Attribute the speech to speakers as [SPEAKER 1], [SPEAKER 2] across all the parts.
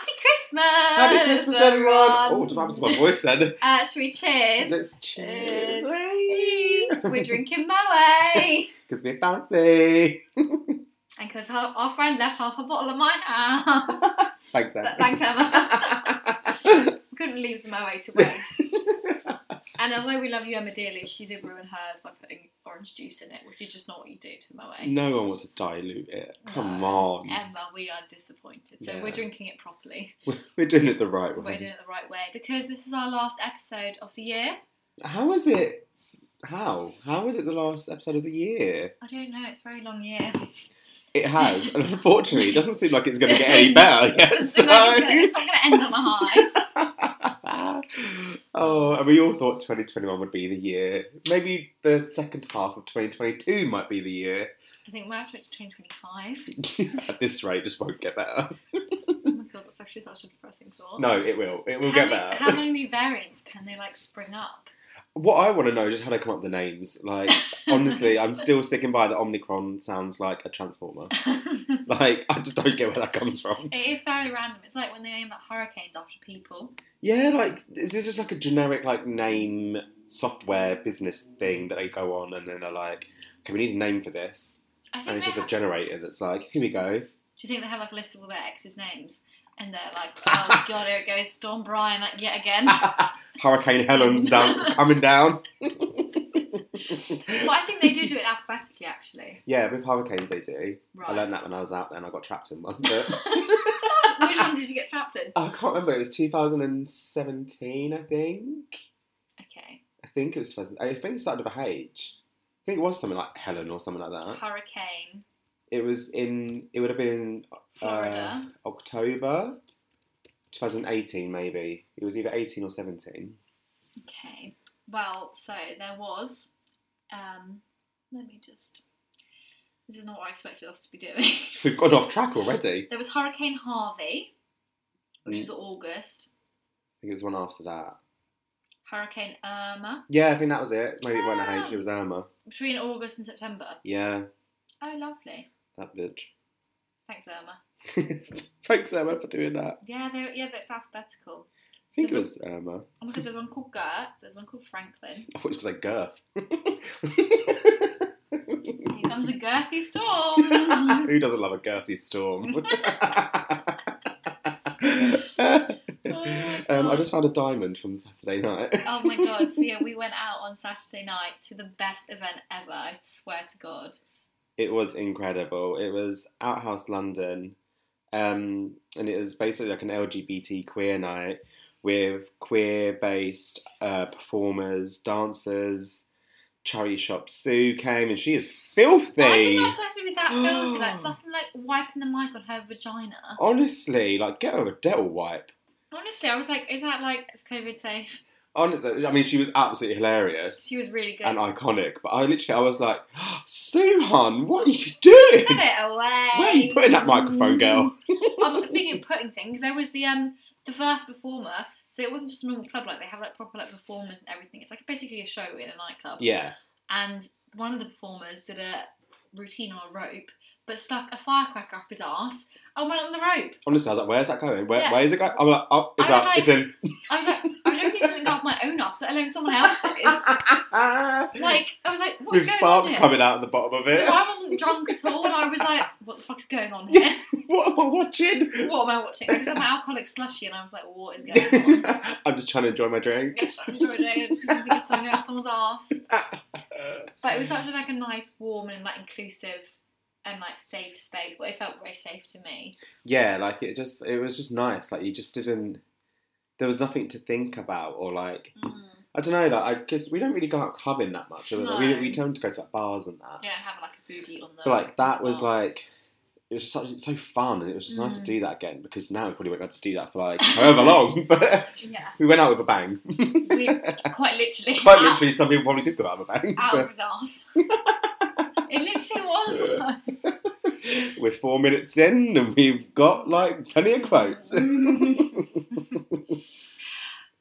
[SPEAKER 1] Christmas.
[SPEAKER 2] Happy Christmas, everyone! Oh, what happened to my voice then?
[SPEAKER 1] Uh, should we cheers?
[SPEAKER 2] Let's
[SPEAKER 1] Cheers.
[SPEAKER 2] cheers. Hey.
[SPEAKER 1] We're drinking Moe.
[SPEAKER 2] Because we're fancy.
[SPEAKER 1] And because our, our friend left half a bottle at my house.
[SPEAKER 2] Thanks, Em.
[SPEAKER 1] But Thanks, Emma. Couldn't leave the Moe to waste. and although we love you, Emma dearly, she did ruin hers by putting orange juice in it, which is just not what you do to Moe.
[SPEAKER 2] no one wants to dilute it. Come
[SPEAKER 1] No.
[SPEAKER 2] on.
[SPEAKER 1] Emma, we are disappointed. So
[SPEAKER 2] Mm. Yeah.
[SPEAKER 1] we're drinking it properly.
[SPEAKER 2] We're doing it the right
[SPEAKER 1] We're
[SPEAKER 2] way.
[SPEAKER 1] doing it the right way because this is our last episode of the year.
[SPEAKER 2] How is it? How? How is it the last episode of the year?
[SPEAKER 1] I don't know, it's a very long year.
[SPEAKER 2] It has, and unfortunately, it doesn't seem like it's going to get any better yet.
[SPEAKER 1] It's not going
[SPEAKER 2] So.
[SPEAKER 1] to end on a high.
[SPEAKER 2] oh, and we all thought 2021 would be the year. Maybe the second half of 2022 might be the year.
[SPEAKER 1] I think we're after it's 2025.
[SPEAKER 2] At this rate, just won't get better.
[SPEAKER 1] Oh my god, that's actually such a depressing thought.
[SPEAKER 2] No, it will. It will
[SPEAKER 1] how
[SPEAKER 2] get
[SPEAKER 1] many,
[SPEAKER 2] better.
[SPEAKER 1] How many new variants can they like spring up?
[SPEAKER 2] What I want to know is just how they come up with the names. Like, honestly, I'm still sticking by that Omnicron sounds like a transformer.
[SPEAKER 1] it
[SPEAKER 2] Like, I just don't get where that comes from.
[SPEAKER 1] is very random. It's like when they name up hurricanes after people.
[SPEAKER 2] Yeah, like, is it just like a generic like name software business thing that they go on and then they're like, okay, we need a name for this,
[SPEAKER 1] I think
[SPEAKER 2] and it's
[SPEAKER 1] they
[SPEAKER 2] just a
[SPEAKER 1] have-
[SPEAKER 2] generator that's like, here we go.
[SPEAKER 1] Do you think they have like a list of all their exes' names? And they're like, oh god, here it goes, Storm Brian, like yet again.
[SPEAKER 2] Ah. Hurricane Helen's down, coming down.
[SPEAKER 1] well, I think they do do it alphabetically, actually.
[SPEAKER 2] yeah, with hurricanes they do. I
[SPEAKER 1] Right.
[SPEAKER 2] learned that when I was out there, and I got trapped in one. But
[SPEAKER 1] Which one did you get trapped in?
[SPEAKER 2] I can't remember. It was 2017, I think. Uh.
[SPEAKER 1] Okay.
[SPEAKER 2] I think it was. 2000 I think it started with a H. I think it was something like Helen or something like that.
[SPEAKER 1] Hurricane,
[SPEAKER 2] It was in. It would have been in
[SPEAKER 1] Florida.
[SPEAKER 2] October 2018, maybe. It was either 18 or 17.
[SPEAKER 1] Okay. Well, so there was. Um, let me just. This is not what I expected us to be doing.
[SPEAKER 2] We've gone off track already.
[SPEAKER 1] there was Hurricane Harvey, which
[SPEAKER 2] Mm.
[SPEAKER 1] is August.
[SPEAKER 2] I think it was one after that.
[SPEAKER 1] Hurricane Irma
[SPEAKER 2] Yeah, I think that was it. Maybe it wasn't a
[SPEAKER 1] Ah.
[SPEAKER 2] H, it was Irma.
[SPEAKER 1] between August and September.
[SPEAKER 2] Yeah,
[SPEAKER 1] Oh, lovely.
[SPEAKER 2] that bitch.
[SPEAKER 1] Thanks, Irma.
[SPEAKER 2] Thanks, Irma, for doing that.
[SPEAKER 1] Yeah, they yeah, that's alphabetical.
[SPEAKER 2] I think it was Irma.
[SPEAKER 1] Oh my god, there's one called Gert. There's one called Franklin.
[SPEAKER 2] I thought it was like girth.
[SPEAKER 1] Here comes a girthy storm.
[SPEAKER 2] Who doesn't love a girthy storm? um, I just found a diamond from Saturday night.
[SPEAKER 1] oh my god. So yeah, we went out on Saturday night to the best event ever. I swear to God.
[SPEAKER 2] It was incredible. It was Outhouse London, um, and it was basically like an LGBT queer night with queer-based uh, performers, dancers, charity shop. Sue came, and she is filthy.
[SPEAKER 1] I did not expect her to be that filthy, like fucking like wiping the mic on her vagina.
[SPEAKER 2] Honestly, like get her a dental wipe.
[SPEAKER 1] Honestly, I was like, is that like is COVID safe?
[SPEAKER 2] Honestly, I mean, she was absolutely hilarious
[SPEAKER 1] She was really good.
[SPEAKER 2] and iconic. But I literally, I was like, Suhan, what are you doing?
[SPEAKER 1] Put it away.
[SPEAKER 2] Where are you putting that microphone, girl?
[SPEAKER 1] um, speaking of putting things, there was the um the first performer. So it wasn't just a normal club, like they have like proper like performers and everything. It's like basically a show in a nightclub.
[SPEAKER 2] Yeah,
[SPEAKER 1] And one of the performers did a routine on a rope, but stuck a firecracker up his ass and went on the rope.
[SPEAKER 2] honestly, I was like, where's that going? Where,
[SPEAKER 1] Yeah.
[SPEAKER 2] Where's it going? I'm like, oh, it's
[SPEAKER 1] I was
[SPEAKER 2] up,
[SPEAKER 1] like-
[SPEAKER 2] it's in.
[SPEAKER 1] I was like, I don't think something off my own ass, let alone someone else's. Like I was like, what's
[SPEAKER 2] Ah. With
[SPEAKER 1] going on
[SPEAKER 2] sparks
[SPEAKER 1] here?
[SPEAKER 2] coming out of the bottom of
[SPEAKER 1] Because
[SPEAKER 2] it.
[SPEAKER 1] I wasn't drunk at all, and I was like, "What the fuck's going on here?
[SPEAKER 2] what am I watching?
[SPEAKER 1] What am I watching?" I just got my alcoholic slushy, and I was like, "What is going on?"
[SPEAKER 2] I'm just trying to enjoy my drink.
[SPEAKER 1] I'm just enjoying it, and something is going out someone's ass.
[SPEAKER 2] Uh,
[SPEAKER 1] But it was such like a nice, warm, and like inclusive, and like safe space. Well, it felt very safe to me.
[SPEAKER 2] yeah, like it just, it was just nice. Like you just didn't. There was nothing to think about, or like
[SPEAKER 1] Mm.
[SPEAKER 2] I don't know, like because we don't really go out clubbing that much.
[SPEAKER 1] No.
[SPEAKER 2] We we tend to go to like, bars and that.
[SPEAKER 1] Yeah, having like a boogie on the.
[SPEAKER 2] But like that was
[SPEAKER 1] bar.
[SPEAKER 2] like it was such so fun, and it was just nice to
[SPEAKER 1] Mm.
[SPEAKER 2] do that again because now we probably won't have to do that for like however long. But
[SPEAKER 1] Yeah,
[SPEAKER 2] we went out with a bang.
[SPEAKER 1] we quite literally.
[SPEAKER 2] Quite literally, some people probably did go out with a bang.
[SPEAKER 1] Out of
[SPEAKER 2] But
[SPEAKER 1] his ass. it literally was.
[SPEAKER 2] we're four minutes in, and we've got like plenty of quotes.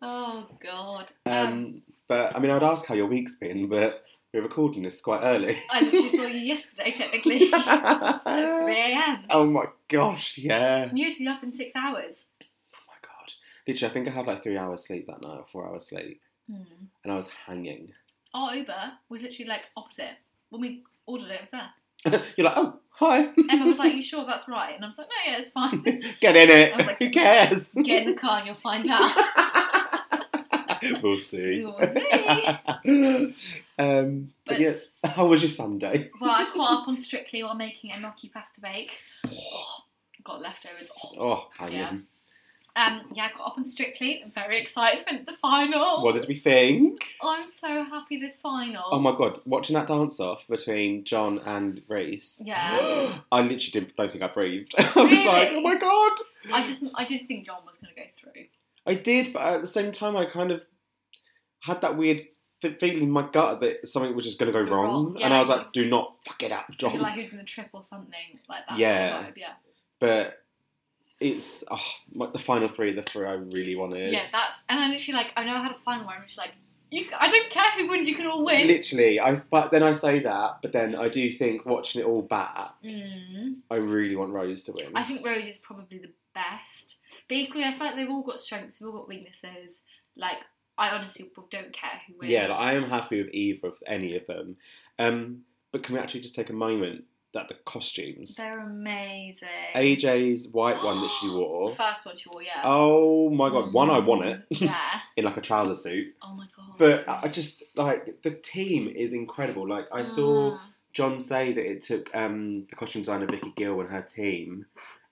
[SPEAKER 1] oh god.
[SPEAKER 2] Um, but I mean, I'd ask how your week's been, but we're recording this quite early.
[SPEAKER 1] I literally saw you yesterday, technically. at 3
[SPEAKER 2] oh
[SPEAKER 1] a.m.
[SPEAKER 2] my gosh, yeah.
[SPEAKER 1] I'm usually up in six hours.
[SPEAKER 2] Oh my god. Literally, I think I had like three hours sleep that night, or four hours sleep,
[SPEAKER 1] Hmm.
[SPEAKER 2] and I was hanging.
[SPEAKER 1] Our Uber was literally like opposite. When we ordered it, it was there.
[SPEAKER 2] You're like, oh, hi.
[SPEAKER 1] Emma was like, "You sure that's right?" And I was like, "No, yeah, it's fine.
[SPEAKER 2] Get in
[SPEAKER 1] I
[SPEAKER 2] it.
[SPEAKER 1] was like-
[SPEAKER 2] Who cares?
[SPEAKER 1] Get in the car and you'll find out."
[SPEAKER 2] we'll see.
[SPEAKER 1] We'll see.
[SPEAKER 2] um, but,
[SPEAKER 1] But
[SPEAKER 2] yes, how was your Sunday?
[SPEAKER 1] Well, I caught up on Strictly while making a gnocchi pasta bake. Got leftovers.
[SPEAKER 2] Oh, hanging.
[SPEAKER 1] Yeah. Um, yeah, I caught up on Strictly. I'm very excited for the final.
[SPEAKER 2] What did we think?
[SPEAKER 1] I'm so happy this final.
[SPEAKER 2] Oh my god, watching that dance off between John and Reese.
[SPEAKER 1] Yeah.
[SPEAKER 2] I literally didn't, don't think I breathed. I was like,
[SPEAKER 1] Really?
[SPEAKER 2] oh my god.
[SPEAKER 1] I just, I did think John was going to go through.
[SPEAKER 2] I did, but at the same time, I kind of had that weird th- feeling in my gut that something was just going to go
[SPEAKER 1] Go
[SPEAKER 2] wrong.
[SPEAKER 1] wrong, yeah.
[SPEAKER 2] and I was like, do not fuck it up,
[SPEAKER 1] I
[SPEAKER 2] John.
[SPEAKER 1] feel like he was going to trip or something like that.
[SPEAKER 2] Yeah.
[SPEAKER 1] vibe, yeah.
[SPEAKER 2] but it's oh, like the final three, the three I really wanted.
[SPEAKER 1] Yeah, that's. And I literally like, I know I had a final where I'm just like, you, I don't care who wins, you can all win.
[SPEAKER 2] Literally, I but then I say that, but then I do think watching it all back,
[SPEAKER 1] Mm.
[SPEAKER 2] I really want Rose to win.
[SPEAKER 1] I think Rose is probably the best. But equally, I feel like they've all got strengths, they've all got weaknesses. Like, I honestly don't care who wins.
[SPEAKER 2] Yeah, like, I am happy with either of any of them. Um, but can we actually just take a moment that the costumes,
[SPEAKER 1] They're amazing.
[SPEAKER 2] AJ's white one that she
[SPEAKER 1] The
[SPEAKER 2] wore.
[SPEAKER 1] first one she wore, yeah.
[SPEAKER 2] Oh my god! One, I
[SPEAKER 1] Mm.
[SPEAKER 2] won it
[SPEAKER 1] yeah.
[SPEAKER 2] in like a trouser suit.
[SPEAKER 1] Oh my god.
[SPEAKER 2] But I I just like the team is incredible. Like I saw
[SPEAKER 1] Ah.
[SPEAKER 2] John say that it took um, the costume designer Vicky Gill and her team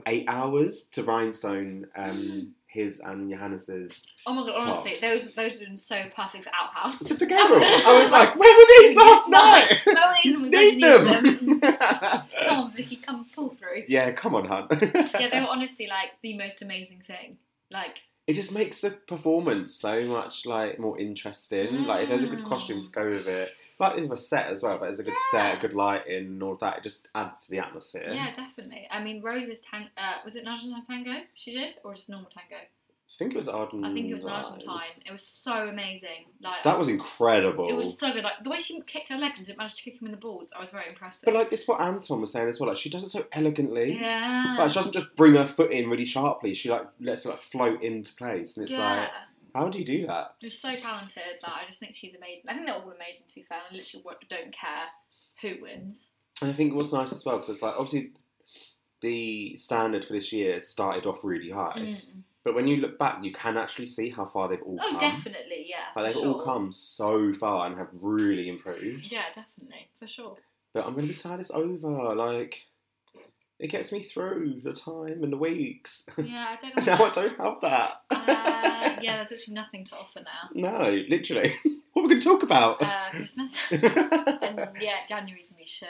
[SPEAKER 2] eight hours to rhinestone um, his and Johannes's
[SPEAKER 1] Oh my god, honestly,
[SPEAKER 2] tops.
[SPEAKER 1] those those are so perfect for Outhouse.
[SPEAKER 2] put together. I was like, where were these last night?
[SPEAKER 1] No reason we
[SPEAKER 2] Need
[SPEAKER 1] don't
[SPEAKER 2] them.
[SPEAKER 1] need them. Come on, Vicky, come pull through.
[SPEAKER 2] yeah, come on, hun.
[SPEAKER 1] Yeah, they were honestly like the most amazing thing. Like,
[SPEAKER 2] it just makes the performance so much like more interesting. Like if there's a good costume to go with it, like with a set as well. But there's a good set,
[SPEAKER 1] Yeah.
[SPEAKER 2] good lighting, and all of that. It just adds to the atmosphere.
[SPEAKER 1] yeah, definitely. I mean, Rose's tango uh, was it National Tango she did, or just normal tango?
[SPEAKER 2] I think it was Argentine.
[SPEAKER 1] I think it was Argentine. It was so amazing. Like
[SPEAKER 2] That was incredible.
[SPEAKER 1] It was so good. Like the way she kicked her legs and didn't manage to kick him in the balls. I was very impressed.
[SPEAKER 2] But
[SPEAKER 1] With.
[SPEAKER 2] like it's what Anton was saying as well. Like she does it so elegantly.
[SPEAKER 1] yeah,
[SPEAKER 2] Like she doesn't just bring her foot in really sharply. She like lets it like float into place, and it's
[SPEAKER 1] yeah.
[SPEAKER 2] like, how do you do that?
[SPEAKER 1] She's so talented. Like I just think she's amazing. I think they're all amazing. To be fair, I literally wa- don't care who wins.
[SPEAKER 2] And I think what's nice as well because it's like obviously the standard for this year started off really high,
[SPEAKER 1] Mm.
[SPEAKER 2] but when you look back, you can actually see how far they've all
[SPEAKER 1] Oh,
[SPEAKER 2] come.
[SPEAKER 1] definitely, yeah.
[SPEAKER 2] Like
[SPEAKER 1] for
[SPEAKER 2] they've all
[SPEAKER 1] sure.
[SPEAKER 2] come so far and have really improved.
[SPEAKER 1] Yeah, definitely, for sure.
[SPEAKER 2] But I'm gonna be sad it's over. Like it gets me through the time and the weeks.
[SPEAKER 1] Yeah, I don't know.
[SPEAKER 2] now I don't have that.
[SPEAKER 1] uh, yeah, there's actually nothing to offer now.
[SPEAKER 2] No, literally. what are we gonna talk about?
[SPEAKER 1] Uh, Christmas and yeah, January's gonna be shit.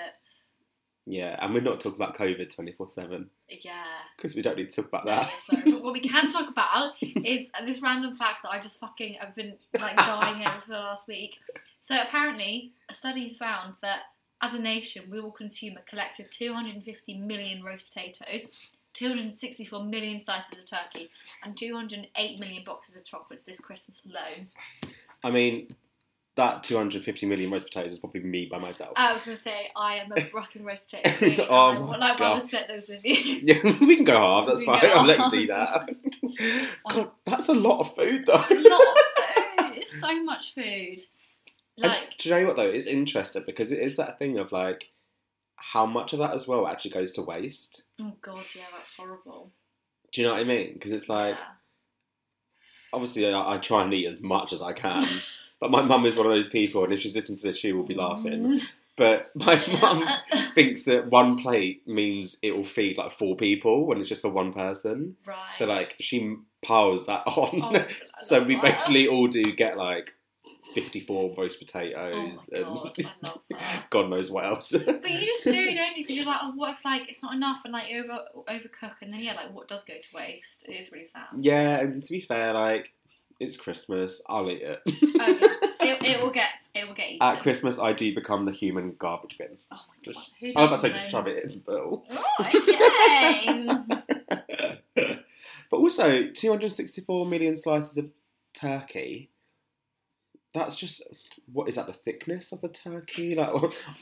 [SPEAKER 2] yeah, and we're not talking about COVID twenty four seven
[SPEAKER 1] Yeah.
[SPEAKER 2] because we don't need to talk about
[SPEAKER 1] Yeah,
[SPEAKER 2] that.
[SPEAKER 1] sorry. But what we can talk about is this random fact that I just fucking I've been like dying over for the last week. So apparently, a study's found that as a nation, we will consume a collective 250 million roast potatoes, 264 million slices of turkey, and 208 million boxes of chocolates this Christmas alone.
[SPEAKER 2] I mean, that two hundred fifty million roast potatoes is probably me by myself.
[SPEAKER 1] I was gonna say I am a fucking roast potato. queen, and
[SPEAKER 2] Oh
[SPEAKER 1] I
[SPEAKER 2] my
[SPEAKER 1] would like rather
[SPEAKER 2] gosh.
[SPEAKER 1] split those with you.
[SPEAKER 2] yeah, we can go halves. That's
[SPEAKER 1] We
[SPEAKER 2] fine.
[SPEAKER 1] go
[SPEAKER 2] I'll let you do
[SPEAKER 1] halves.
[SPEAKER 2] that. God, that's a lot of food though.
[SPEAKER 1] It's a lot of food. It's so much food.
[SPEAKER 2] And
[SPEAKER 1] Like
[SPEAKER 2] do you know what though? It's interesting because it is that thing of like how much of that as well actually goes to waste.
[SPEAKER 1] Oh god, yeah, that's horrible.
[SPEAKER 2] Do you know what I mean? Because it's like obviously I, I try and eat as much as I can, but my mum is one of those people, and if she's listening to this, she will be
[SPEAKER 1] Mm.
[SPEAKER 2] laughing. But my mum thinks that one plate means it will feed like four people when it's just for one person.
[SPEAKER 1] right.
[SPEAKER 2] So like she piles that on.
[SPEAKER 1] Oh,
[SPEAKER 2] so we
[SPEAKER 1] I love that.
[SPEAKER 2] basically all do get like. 54 roast
[SPEAKER 1] Oh
[SPEAKER 2] potatoes
[SPEAKER 1] my god,
[SPEAKER 2] and
[SPEAKER 1] I love that.
[SPEAKER 2] God knows what else.
[SPEAKER 1] But you just do, don't you? Because you're like, oh, what if like it's not enough and like you over overcook and then yeah, like what does go to waste? It is really sad. Oh,
[SPEAKER 2] Yeah, and to be fair, like it's Christmas, I'll eat it.
[SPEAKER 1] Oh, yeah. it, it will get it will get eaten.
[SPEAKER 2] At Christmas, I do become the human garbage bin.
[SPEAKER 1] oh my god,
[SPEAKER 2] just-
[SPEAKER 1] who
[SPEAKER 2] I'm about
[SPEAKER 1] doesn't
[SPEAKER 2] to say
[SPEAKER 1] know?
[SPEAKER 2] shove it in, but
[SPEAKER 1] Right, yay.
[SPEAKER 2] but also 264 million slices of turkey. That's just what is that the thickness of the turkey? Like,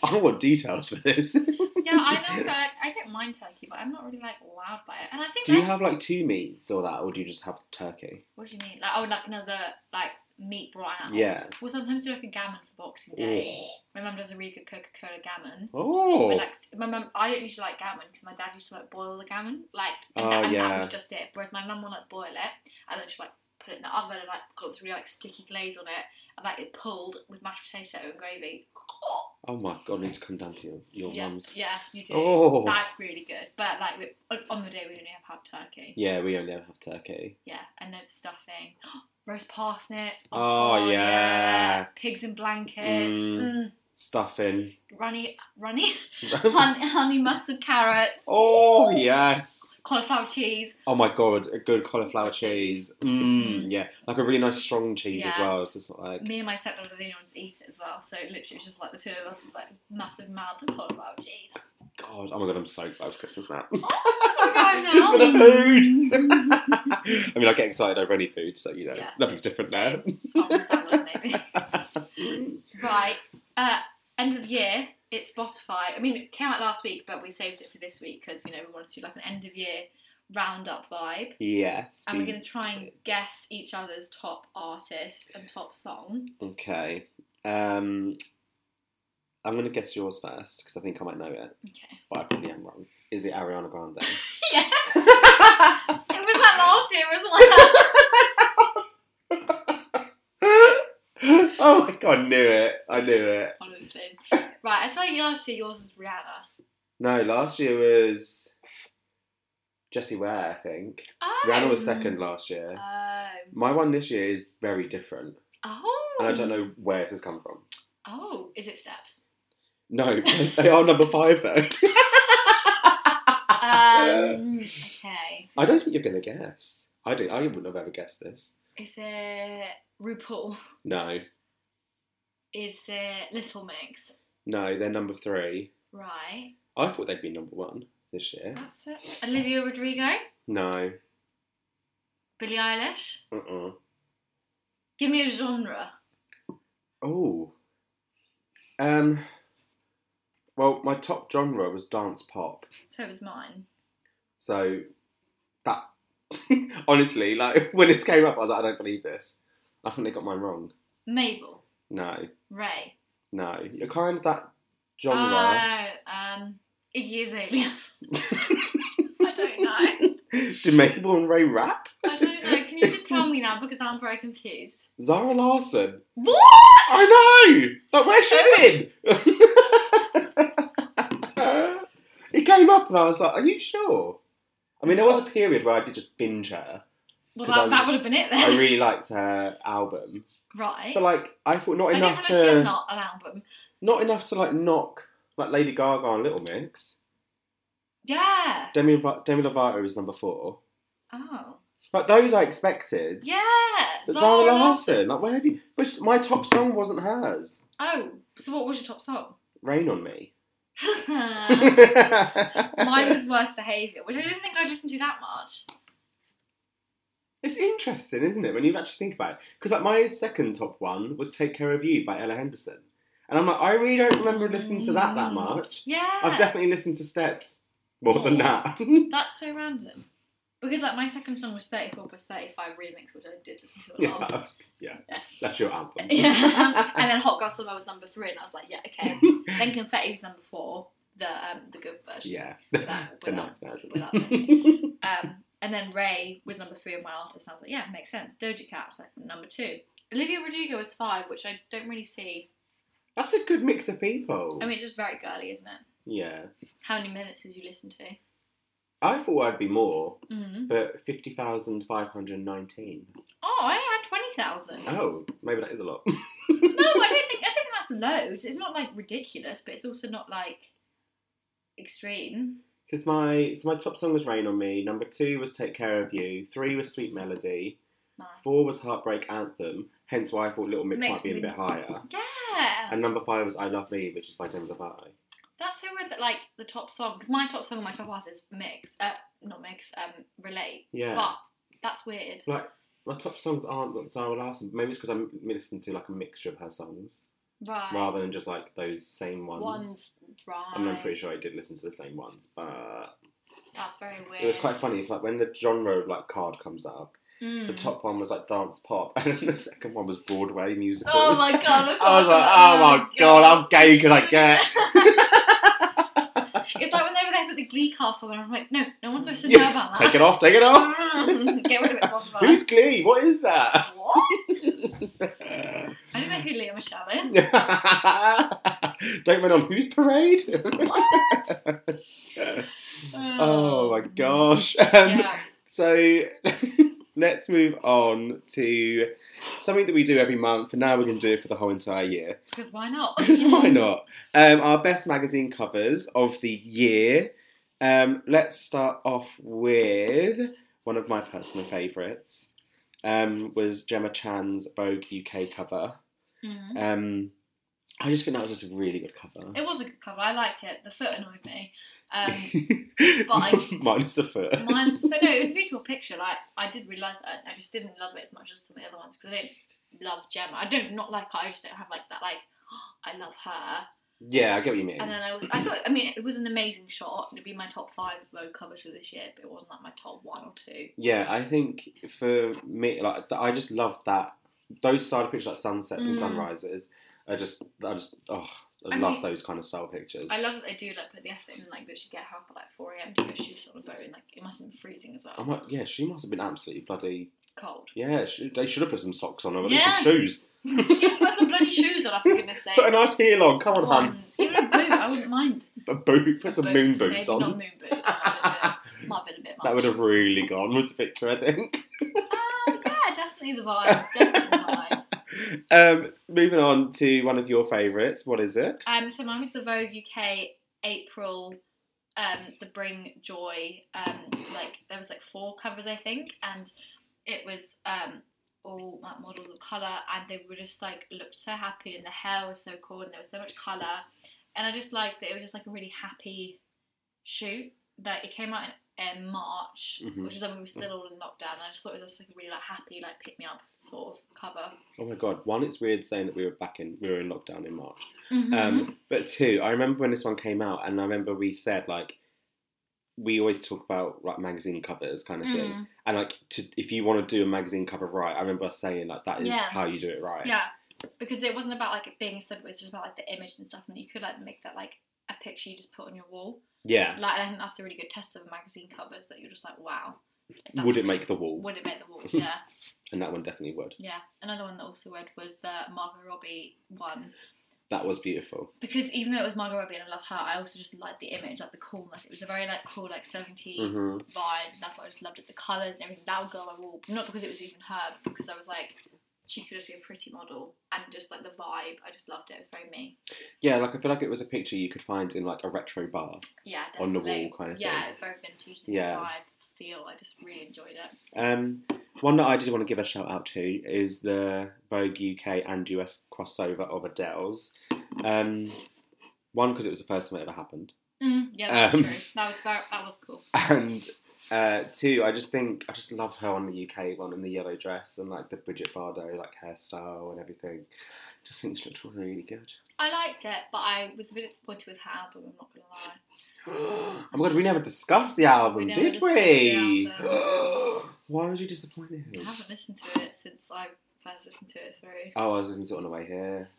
[SPEAKER 2] I want details for this.
[SPEAKER 1] yeah, I know that I don't mind turkey, but I'm not really like wowed by it. And I think
[SPEAKER 2] Do you
[SPEAKER 1] I-
[SPEAKER 2] have like two meats or that, or do you just have turkey?
[SPEAKER 1] what do you mean? Like I would like another like meat brought out.
[SPEAKER 2] Yeah.
[SPEAKER 1] Well, sometimes do like a gammon for Boxing Day. My mum does a really good Coca Cola gammon.
[SPEAKER 2] Oh.
[SPEAKER 1] But like my mum, I don't usually like gammon because my dad used to like boil the gammon, like and,
[SPEAKER 2] Oh,
[SPEAKER 1] that, and
[SPEAKER 2] yeah.
[SPEAKER 1] that was just it. Whereas my mum will like boil it and then she like put it in the oven and like got this really like sticky glaze on it and like it pulled with mashed potato and gravy.
[SPEAKER 2] Oh my god, I need to come down to your, your
[SPEAKER 1] yeah,
[SPEAKER 2] mum's.
[SPEAKER 1] yeah, you do.
[SPEAKER 2] Oh.
[SPEAKER 1] That's really good. But like we, on- on the day we only have had turkey. Yeah,
[SPEAKER 2] Yeah, we only ever have turkey.
[SPEAKER 1] and no stuffing. Roast parsnip.
[SPEAKER 2] Oh, yeah.
[SPEAKER 1] Pigs in blankets.
[SPEAKER 2] Mm.
[SPEAKER 1] Mm.
[SPEAKER 2] Stuffing.
[SPEAKER 1] runny, runny, honey, honey mustard carrots.
[SPEAKER 2] oh yes.
[SPEAKER 1] Cauliflower cheese.
[SPEAKER 2] Oh my god, a good cauliflower cheese. Mmm. Yeah, like a really nice strong cheese as
[SPEAKER 1] Yeah.
[SPEAKER 2] well. So it's not like.
[SPEAKER 1] Me and my stepdad were the only ones to eat it as well. So literally, it was just like the two of us with like massive mad cauliflower cheese.
[SPEAKER 2] God, oh my god, I'm so excited for Christmas now.
[SPEAKER 1] Oh my God,
[SPEAKER 2] Just for
[SPEAKER 1] no.
[SPEAKER 2] the food. I mean, I get excited over any food, so you know,
[SPEAKER 1] Yeah.
[SPEAKER 2] nothing's different there.
[SPEAKER 1] Can't miss that one, maybe. Right. Uh, end of the year. It's Spotify. I mean, it came out last week, but we saved it for this week because you know we wanted to do like an end of year roundup vibe,
[SPEAKER 2] yes.
[SPEAKER 1] and we're
[SPEAKER 2] we-
[SPEAKER 1] going to try and guess each other's top artist and top song.
[SPEAKER 2] Okay. Um, I'm going to guess yours first because I think I might know it,
[SPEAKER 1] Okay.
[SPEAKER 2] but I probably am wrong. Is it Ariana Grande?
[SPEAKER 1] Yeah. It was like last year, wasn't it?
[SPEAKER 2] oh my god, I knew it. I knew it.
[SPEAKER 1] Honestly. Right. I tell you, last year yours was Rihanna.
[SPEAKER 2] No, last year was Jessie Ware, I think.
[SPEAKER 1] Oh.
[SPEAKER 2] Rihanna was second last year.
[SPEAKER 1] Um,
[SPEAKER 2] My one this year is very different,
[SPEAKER 1] oh.
[SPEAKER 2] and I don't know where it has come from.
[SPEAKER 1] Oh, is it steps?
[SPEAKER 2] No, they are number five though.
[SPEAKER 1] Um, okay.
[SPEAKER 2] I don't think you're gonna guess. I do. I wouldn't have ever guessed this.
[SPEAKER 1] Is it RuPaul?
[SPEAKER 2] No,
[SPEAKER 1] Is it Little Mix?
[SPEAKER 2] no, they're number three.
[SPEAKER 1] Right.
[SPEAKER 2] I thought they'd be number one this year.
[SPEAKER 1] That's it. Olivia Rodrigo,
[SPEAKER 2] No,
[SPEAKER 1] Billie Eilish.
[SPEAKER 2] uh, uh
[SPEAKER 1] Give me a genre.
[SPEAKER 2] Oh, um, well, my top genre was dance pop,
[SPEAKER 1] So it was mine.
[SPEAKER 2] so that honestly, like when this came up, I was like, I don't believe this. I think they got mine wrong.
[SPEAKER 1] Mabel,
[SPEAKER 2] No,
[SPEAKER 1] Ray.
[SPEAKER 2] no, you're kind of that genre.
[SPEAKER 1] Oh, um, Iggy Azalea. I don't know.
[SPEAKER 2] Do Mabel and Ray rap?
[SPEAKER 1] I don't know. Can you just tell me now because I'm very confused.
[SPEAKER 2] Zara Larson.
[SPEAKER 1] What?
[SPEAKER 2] I know. Like, where's she been? it came up, and I was like, "Are you sure?" I mean, there was a period where I did just binge her.
[SPEAKER 1] Well,
[SPEAKER 2] 'Cause I
[SPEAKER 1] that, that
[SPEAKER 2] was-
[SPEAKER 1] would have been it
[SPEAKER 2] I
[SPEAKER 1] then.
[SPEAKER 2] really liked her album,
[SPEAKER 1] right.
[SPEAKER 2] but like, I thought not
[SPEAKER 1] I didn't
[SPEAKER 2] enough
[SPEAKER 1] realise she
[SPEAKER 2] to
[SPEAKER 1] had not an album.
[SPEAKER 2] not enough to like knock like Lady Gaga and Little Mix.
[SPEAKER 1] Yeah.
[SPEAKER 2] Demi Lova- Demi Lovato is number four.
[SPEAKER 1] Oh.
[SPEAKER 2] Like those, I expected.
[SPEAKER 1] Yeah.
[SPEAKER 2] But
[SPEAKER 1] oh,
[SPEAKER 2] Zara Larson, like, where have you? But she- my top song wasn't hers.
[SPEAKER 1] Oh, so what was your top song?
[SPEAKER 2] Rain on me.
[SPEAKER 1] Mine was Worst Behaviour, which I didn't think I'd listened to that much.
[SPEAKER 2] It's interesting, isn't it, when you actually think about it? Because like my second top one was "Take Care of You" by Ella Henderson, and I'm like, I really don't remember listening to that that
[SPEAKER 1] Mm.
[SPEAKER 2] much.
[SPEAKER 1] Yeah.
[SPEAKER 2] I've definitely listened to Steps more than that.
[SPEAKER 1] That's so random. Because like my second song was 34 plus 35 remix, which I did listen to a lot.
[SPEAKER 2] yeah, yeah, that's your album.
[SPEAKER 1] Oh. Yeah. and then Hot Girl Summer was number three, and I was like, yeah, okay. then Confetti was number four, the um, the good version.
[SPEAKER 2] yeah,
[SPEAKER 1] Without-
[SPEAKER 2] the
[SPEAKER 1] without-
[SPEAKER 2] nice version.
[SPEAKER 1] without listening. Um, and then Ray was number three on my artist, and I was like, yeah, makes sense. Doja Cat's like number two. Olivia Rodrigo was five, which I don't really see.
[SPEAKER 2] that's a good mix of people.
[SPEAKER 1] I mean, it's just very girly, isn't it?
[SPEAKER 2] yeah,
[SPEAKER 1] How many minutes did you listen to?
[SPEAKER 2] I thought I'd be more,
[SPEAKER 1] Mm-hmm.
[SPEAKER 2] but fifty thousand five hundred nineteen.
[SPEAKER 1] Oh, I had twenty thousand.
[SPEAKER 2] Oh, maybe that is a lot.
[SPEAKER 1] No, I don't think I don't think that's loads. It's not like ridiculous, but it's also not like extreme.
[SPEAKER 2] Because my so my top song was Rain on Me. Number two was Take Care of You. Three was Sweet Melody.
[SPEAKER 1] Nice.
[SPEAKER 2] Four was Heartbreak Anthem. Hence why I thought Little Mix
[SPEAKER 1] Mix
[SPEAKER 2] might be a
[SPEAKER 1] would-
[SPEAKER 2] bit higher.
[SPEAKER 1] Yeah,
[SPEAKER 2] And number five was I Love Me, which is by Demi Lovato.
[SPEAKER 1] that's so weird that like the top song because my top song and my top artist mix, uh, not mix, um, relate,
[SPEAKER 2] Yeah.
[SPEAKER 1] but that's weird.
[SPEAKER 2] Like my top songs aren't like Zara Larson. Maybe it's because I'm listening to like a mixture of her songs
[SPEAKER 1] Right.
[SPEAKER 2] rather than just like those same ones.
[SPEAKER 1] One's Right.
[SPEAKER 2] I mean, I'm pretty sure I did listen to the same ones, but
[SPEAKER 1] That's very weird.
[SPEAKER 2] it was quite funny. Like when the genre of like card comes up,
[SPEAKER 1] Mm.
[SPEAKER 2] the top one was like dance pop, and then the second one was Broadway musicals.
[SPEAKER 1] Oh my god! of
[SPEAKER 2] I was
[SPEAKER 1] course.
[SPEAKER 2] like, oh my god, how gay could I get?
[SPEAKER 1] it's like whenever they put the Glee cast on, and I'm like, no, no one's supposed to know
[SPEAKER 2] Yeah,
[SPEAKER 1] about that.
[SPEAKER 2] take it off, take it off.
[SPEAKER 1] Get rid of it, Spotify.
[SPEAKER 2] Who's Glee? What is that?
[SPEAKER 1] What? I don't know who Leah Michelle is.
[SPEAKER 2] Don't run on Who's Parade? oh my gosh. Um,
[SPEAKER 1] Yeah.
[SPEAKER 2] So let's move on to something that we do every month, and now we're going to do it for the whole entire year.
[SPEAKER 1] Because why not?
[SPEAKER 2] Because why not? Um, our best magazine covers of the year. Um, let's start off with one of my personal favourites. Um, was Gemma Chan's Vogue UK cover.
[SPEAKER 1] Mm.
[SPEAKER 2] Um, I just think that was just a really good cover.
[SPEAKER 1] It was a good cover. I liked it. The foot annoyed me. Um, I-
[SPEAKER 2] Minus the foot.
[SPEAKER 1] mine's, but no, it was a beautiful picture. Like I did really like it. I just didn't love it as much as some of the other ones because I don't love Gemma. I don't not like her. I just don't have like that. Like I love her.
[SPEAKER 2] yeah, I get what you mean.
[SPEAKER 1] And then I was, I thought, I mean, it was an amazing shot. It'd be my top five road covers for this year, but it wasn't like my top one or two.
[SPEAKER 2] Yeah, I think for me, like th- I just love that those style pictures, like sunsets and
[SPEAKER 1] Mm.
[SPEAKER 2] sunrises. I just, I just, oh, I,
[SPEAKER 1] I
[SPEAKER 2] love
[SPEAKER 1] mean-
[SPEAKER 2] those kind of style pictures.
[SPEAKER 1] I love that they do like put the effort in, like that she get up at like 4 a.m. to go shoot on a boat, and like it must have been freezing as well.
[SPEAKER 2] I'm like, yeah, she must have been absolutely bloody.
[SPEAKER 1] Cold.
[SPEAKER 2] Yeah, she, they should have put some socks on her, at
[SPEAKER 1] Yeah.
[SPEAKER 2] least some shoes.
[SPEAKER 1] put some bloody shoes on, for goodness sake.
[SPEAKER 2] Put a nice heel on. Come on,
[SPEAKER 1] Come on.
[SPEAKER 2] hun.
[SPEAKER 1] Even a boot, I wouldn't mind.
[SPEAKER 2] A boot. Put some
[SPEAKER 1] Boot,
[SPEAKER 2] moon
[SPEAKER 1] Maybe
[SPEAKER 2] boots on.
[SPEAKER 1] Not moon boots. That might have been a bit much.
[SPEAKER 2] that would have really gone with the picture, I think.
[SPEAKER 1] Um, yeah, definitely the vibe. Definitely the vibe.
[SPEAKER 2] Um, moving on to one of your favourites. What is it?
[SPEAKER 1] Um, so mine was the Vogue UK April, um, the Bring Joy. Um, like there was like four covers I think, and it was um all like models of color, and they were just like looked so happy, and the hair was so cool, and there was so much color, and I just liked that it was just like a really happy shoot. Like it came out in, in March,
[SPEAKER 2] Mhm.
[SPEAKER 1] which is when we were still all in lockdown. And I just thought it was just like a really like happy, like pick me up sort of cover.
[SPEAKER 2] Oh my god! One, it's weird saying that we were back in, we were in lockdown in March.
[SPEAKER 1] Mhm.
[SPEAKER 2] Um, but two, I remember when this one came out, and I remember we said like, we always talk about like magazine covers kind of thing,
[SPEAKER 1] Mm.
[SPEAKER 2] and like to, if you want to do a magazine cover right, I remember us saying like that is
[SPEAKER 1] Yeah.
[SPEAKER 2] how you do it right.
[SPEAKER 1] Yeah, because it wasn't about like it being aesthetic, it was just about like the image and stuff, and you could like make that like a picture you just put on your wall.
[SPEAKER 2] Yeah.
[SPEAKER 1] Like, and I think that's a really good test of magazine covers that you're just like, wow. like, that's
[SPEAKER 2] Would it
[SPEAKER 1] really-
[SPEAKER 2] make the wall?
[SPEAKER 1] Would it make the wall? Yeah,
[SPEAKER 2] And that one definitely would.
[SPEAKER 1] yeah. Another one that also read was the Margot Robbie one
[SPEAKER 2] That was beautiful.
[SPEAKER 1] because even though it was Margot Robbie and I love her, I also just liked the image, like the coolness. It was a very like cool like 70s
[SPEAKER 2] hmm
[SPEAKER 1] vibe. and That's what I just loved it. The colours and everything. That would go on my wall. Not because it was even her, but because I was like, she could just be a pretty model. And just like the vibe, I just loved it. It was very me.
[SPEAKER 2] Yeah, like I feel like it was a picture you could find in like a retro bar.
[SPEAKER 1] Yeah, definitely.
[SPEAKER 2] On the wall kind of
[SPEAKER 1] yeah,
[SPEAKER 2] thing.
[SPEAKER 1] very vintage
[SPEAKER 2] Yeah.
[SPEAKER 1] vibe feel. I just really enjoyed it.
[SPEAKER 2] Um, one that I did want to give a shout out to is the Vogue UK and US crossover of Adele's. Um, one because it was the first time it ever happened.
[SPEAKER 1] Mm, yeah, that's
[SPEAKER 2] Um,
[SPEAKER 1] true. That was that, that was cool.
[SPEAKER 2] and uh, two, I just think I just love her on the UK one in the yellow dress and like the Bridget Bardot like hairstyle and everything. Just think she looks really good.
[SPEAKER 1] I liked it, but I was a bit disappointed with her album. I'm not gonna lie.
[SPEAKER 2] oh my god, we never discussed the album,
[SPEAKER 1] We never
[SPEAKER 2] did
[SPEAKER 1] discussed
[SPEAKER 2] we?
[SPEAKER 1] the
[SPEAKER 2] Why was you disappointed?
[SPEAKER 1] I haven't listened to it since I first listened to it through.
[SPEAKER 2] Oh, I was listening to it on the way here,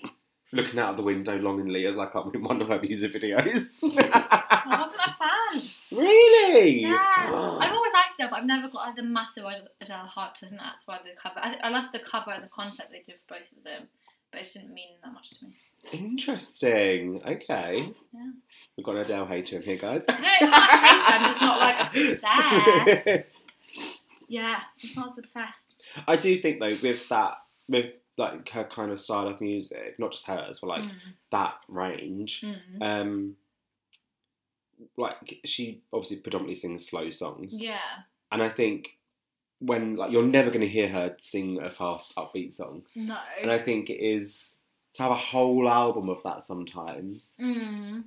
[SPEAKER 2] looking out of the window longingly as like I'm in one of her music videos.
[SPEAKER 1] I wasn't a fan.
[SPEAKER 2] really?
[SPEAKER 1] Yeah, I've always liked her, but I've never got like, the massive Ad- Adele hype. I think that's why the cover. I, I love the cover and the concept they did for both of them, but it just didn't mean that much to me.
[SPEAKER 2] Interesting. Okay.
[SPEAKER 1] Yeah.
[SPEAKER 2] We've got an Adele hater in here, guys.
[SPEAKER 1] No, it's not hate. I'm just not like obsessed. Yeah, I'm not as obsessed.
[SPEAKER 2] I do think though with that with like her kind of style of music, not just hers, but like
[SPEAKER 1] Mm,
[SPEAKER 2] that range.
[SPEAKER 1] mm.
[SPEAKER 2] Um like she obviously predominantly sings slow songs.
[SPEAKER 1] Yeah,
[SPEAKER 2] And I think when like you're never gonna hear her sing a fast upbeat song.
[SPEAKER 1] no.
[SPEAKER 2] And I think it is to have a whole album of that sometimes,
[SPEAKER 1] Mm.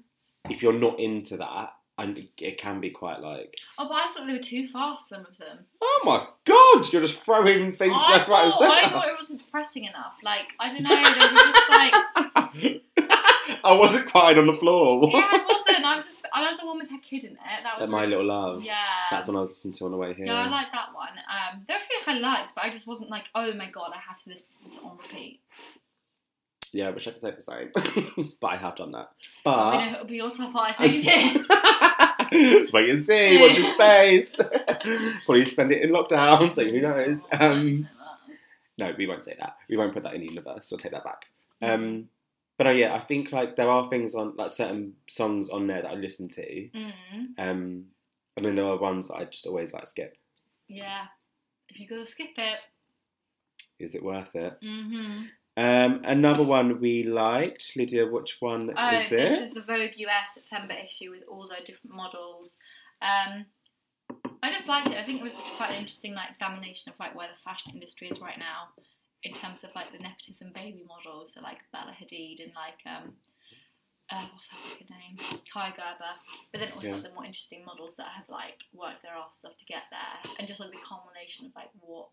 [SPEAKER 2] if you're not into that, and it can be quite like
[SPEAKER 1] Oh, but I thought they were too fast. Some of them.
[SPEAKER 2] Oh my god, you're just throwing things
[SPEAKER 1] I,
[SPEAKER 2] left, right, and
[SPEAKER 1] thought, I
[SPEAKER 2] centre.
[SPEAKER 1] thought it wasn't depressing enough. Like I don't know. They were just like
[SPEAKER 2] I wasn't crying on the floor.
[SPEAKER 1] yeah, I wasn't. I'm just. I love the one with her kid in it. That was
[SPEAKER 2] My
[SPEAKER 1] really-
[SPEAKER 2] Little Love.
[SPEAKER 1] Yeah.
[SPEAKER 2] That's one I was listening to on the way here.
[SPEAKER 1] yeah, I like that one. Um, there were a few I liked, but I just wasn't like, oh my god, I have to listen to this on repeat.
[SPEAKER 2] Yeah, I wish I could say the same. but I have done that.
[SPEAKER 1] We
[SPEAKER 2] But.
[SPEAKER 1] know, we also apply safety.
[SPEAKER 2] Wait and see, watch your space. Probably spend it in lockdown, so who knows? Um, no, we won't say that. We won't put that in the universe. We'll take that back. Um, but uh, yeah, I think like there are things on like certain songs on there that I listen to.
[SPEAKER 1] Mm,
[SPEAKER 2] Um, and then there are ones that I just always like skip.
[SPEAKER 1] yeah. If you gotta skip it.
[SPEAKER 2] Is it worth it?
[SPEAKER 1] Mm-hmm.
[SPEAKER 2] Um, another one we liked, Lydia. Which one
[SPEAKER 1] Oh,
[SPEAKER 2] is
[SPEAKER 1] this
[SPEAKER 2] it?
[SPEAKER 1] is the Vogue US September issue with all the different models. Um, I just liked it. I think it was just quite an interesting like examination of like where the fashion industry is right now in terms of like the nepotism baby models, so like Bella Hadid and like um, uh, what's her fucking name, Kai Gerber. But then also
[SPEAKER 2] Yeah.
[SPEAKER 1] the more interesting models that have like worked their asses off to get there, and just like the culmination of like what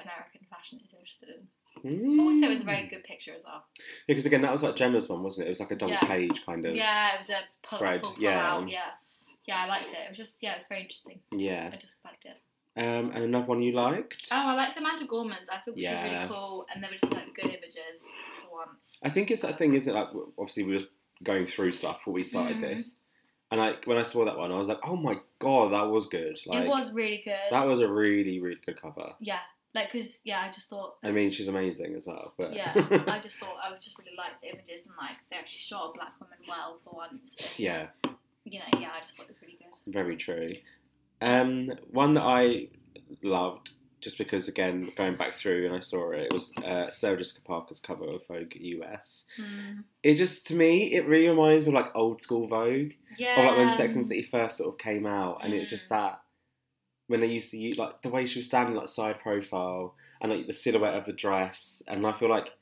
[SPEAKER 1] American fashion is interested in. Also, it's a
[SPEAKER 2] Mm.
[SPEAKER 1] very good picture as well.
[SPEAKER 2] Hmm. because again, that was like Gemma's one, wasn't it? It was like a Don
[SPEAKER 1] Yeah.
[SPEAKER 2] Page kind of.
[SPEAKER 1] Yeah, it was a pull,
[SPEAKER 2] spread,
[SPEAKER 1] full pull
[SPEAKER 2] yeah.
[SPEAKER 1] out, yeah, yeah. I liked it. It was just yeah, it was very interesting.
[SPEAKER 2] Yeah.
[SPEAKER 1] I just liked it.
[SPEAKER 2] Um, and another one you liked.
[SPEAKER 1] Oh, I liked Amanda Gorman's. I thought she was
[SPEAKER 2] Yeah.
[SPEAKER 1] really cool, and they were just like good images for once.
[SPEAKER 2] I think it's that thing, isn't it? Like, w- obviously, we were going through stuff before we started
[SPEAKER 1] Mhm.
[SPEAKER 2] this, and like when I saw that one, I was like, "Oh my god, that was good!" Like,
[SPEAKER 1] it was really good.
[SPEAKER 2] that was a really, really good cover.
[SPEAKER 1] yeah, like because yeah, I just thought
[SPEAKER 2] I mean, uh, she's amazing as well, but
[SPEAKER 1] yeah, I just thought I just really liked the images and like they actually shot a black woman well for once. And,
[SPEAKER 2] yeah,
[SPEAKER 1] you know, yeah, I just thought it was really good.
[SPEAKER 2] very true. Um, one that I loved just because, again, going back through and I saw it, it was uh, Sarah Jessica Parker's cover of Vogue US.
[SPEAKER 1] Mm.
[SPEAKER 2] It just to me, it really reminds me of like old school Vogue.
[SPEAKER 1] Yeah,
[SPEAKER 2] Or like when Sex and the City first sort of came out, and it's just
[SPEAKER 1] Mm.
[SPEAKER 2] that when they used to use like the way she was standing, like side profile, and like the silhouette of the dress, and I feel like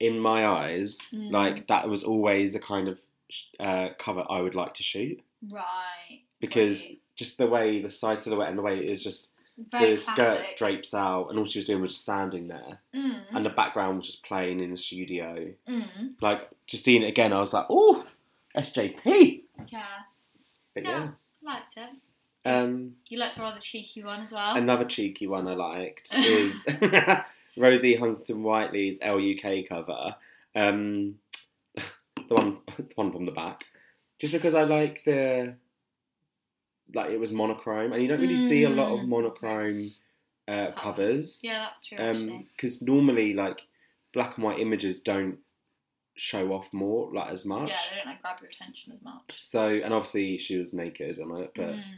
[SPEAKER 2] in my eyes,
[SPEAKER 1] Mm.
[SPEAKER 2] like that was always a kind of sh- uh, cover I would like to shoot
[SPEAKER 1] right
[SPEAKER 2] because
[SPEAKER 1] Right.
[SPEAKER 2] just the way the side silhouette and the way it is just
[SPEAKER 1] very
[SPEAKER 2] the skirt
[SPEAKER 1] classic.
[SPEAKER 2] drapes out, and all she was doing was just standing there,
[SPEAKER 1] Mm.
[SPEAKER 2] and the background was just playing in the studio.
[SPEAKER 1] Mm.
[SPEAKER 2] Like just seeing it again, I was like, oh, SJP.
[SPEAKER 1] Yeah,
[SPEAKER 2] But yeah.
[SPEAKER 1] Yeah. liked it.
[SPEAKER 2] Um,
[SPEAKER 1] You liked her other cheeky one as well.
[SPEAKER 2] Another cheeky one I liked is Rosie Huntington Whiteley's LUK cover, um, the one the one from the back. Just because I like the like it was monochrome, and you don't really see a lot of
[SPEAKER 1] Mm.
[SPEAKER 2] monochrome uh, covers
[SPEAKER 1] yeah, that's
[SPEAKER 2] um,
[SPEAKER 1] true. actually.
[SPEAKER 2] because normally like black and white images don't show off more like as much.
[SPEAKER 1] Yeah, they don't like grab your attention as much.
[SPEAKER 2] So and obviously she was naked on it, but
[SPEAKER 1] Mm.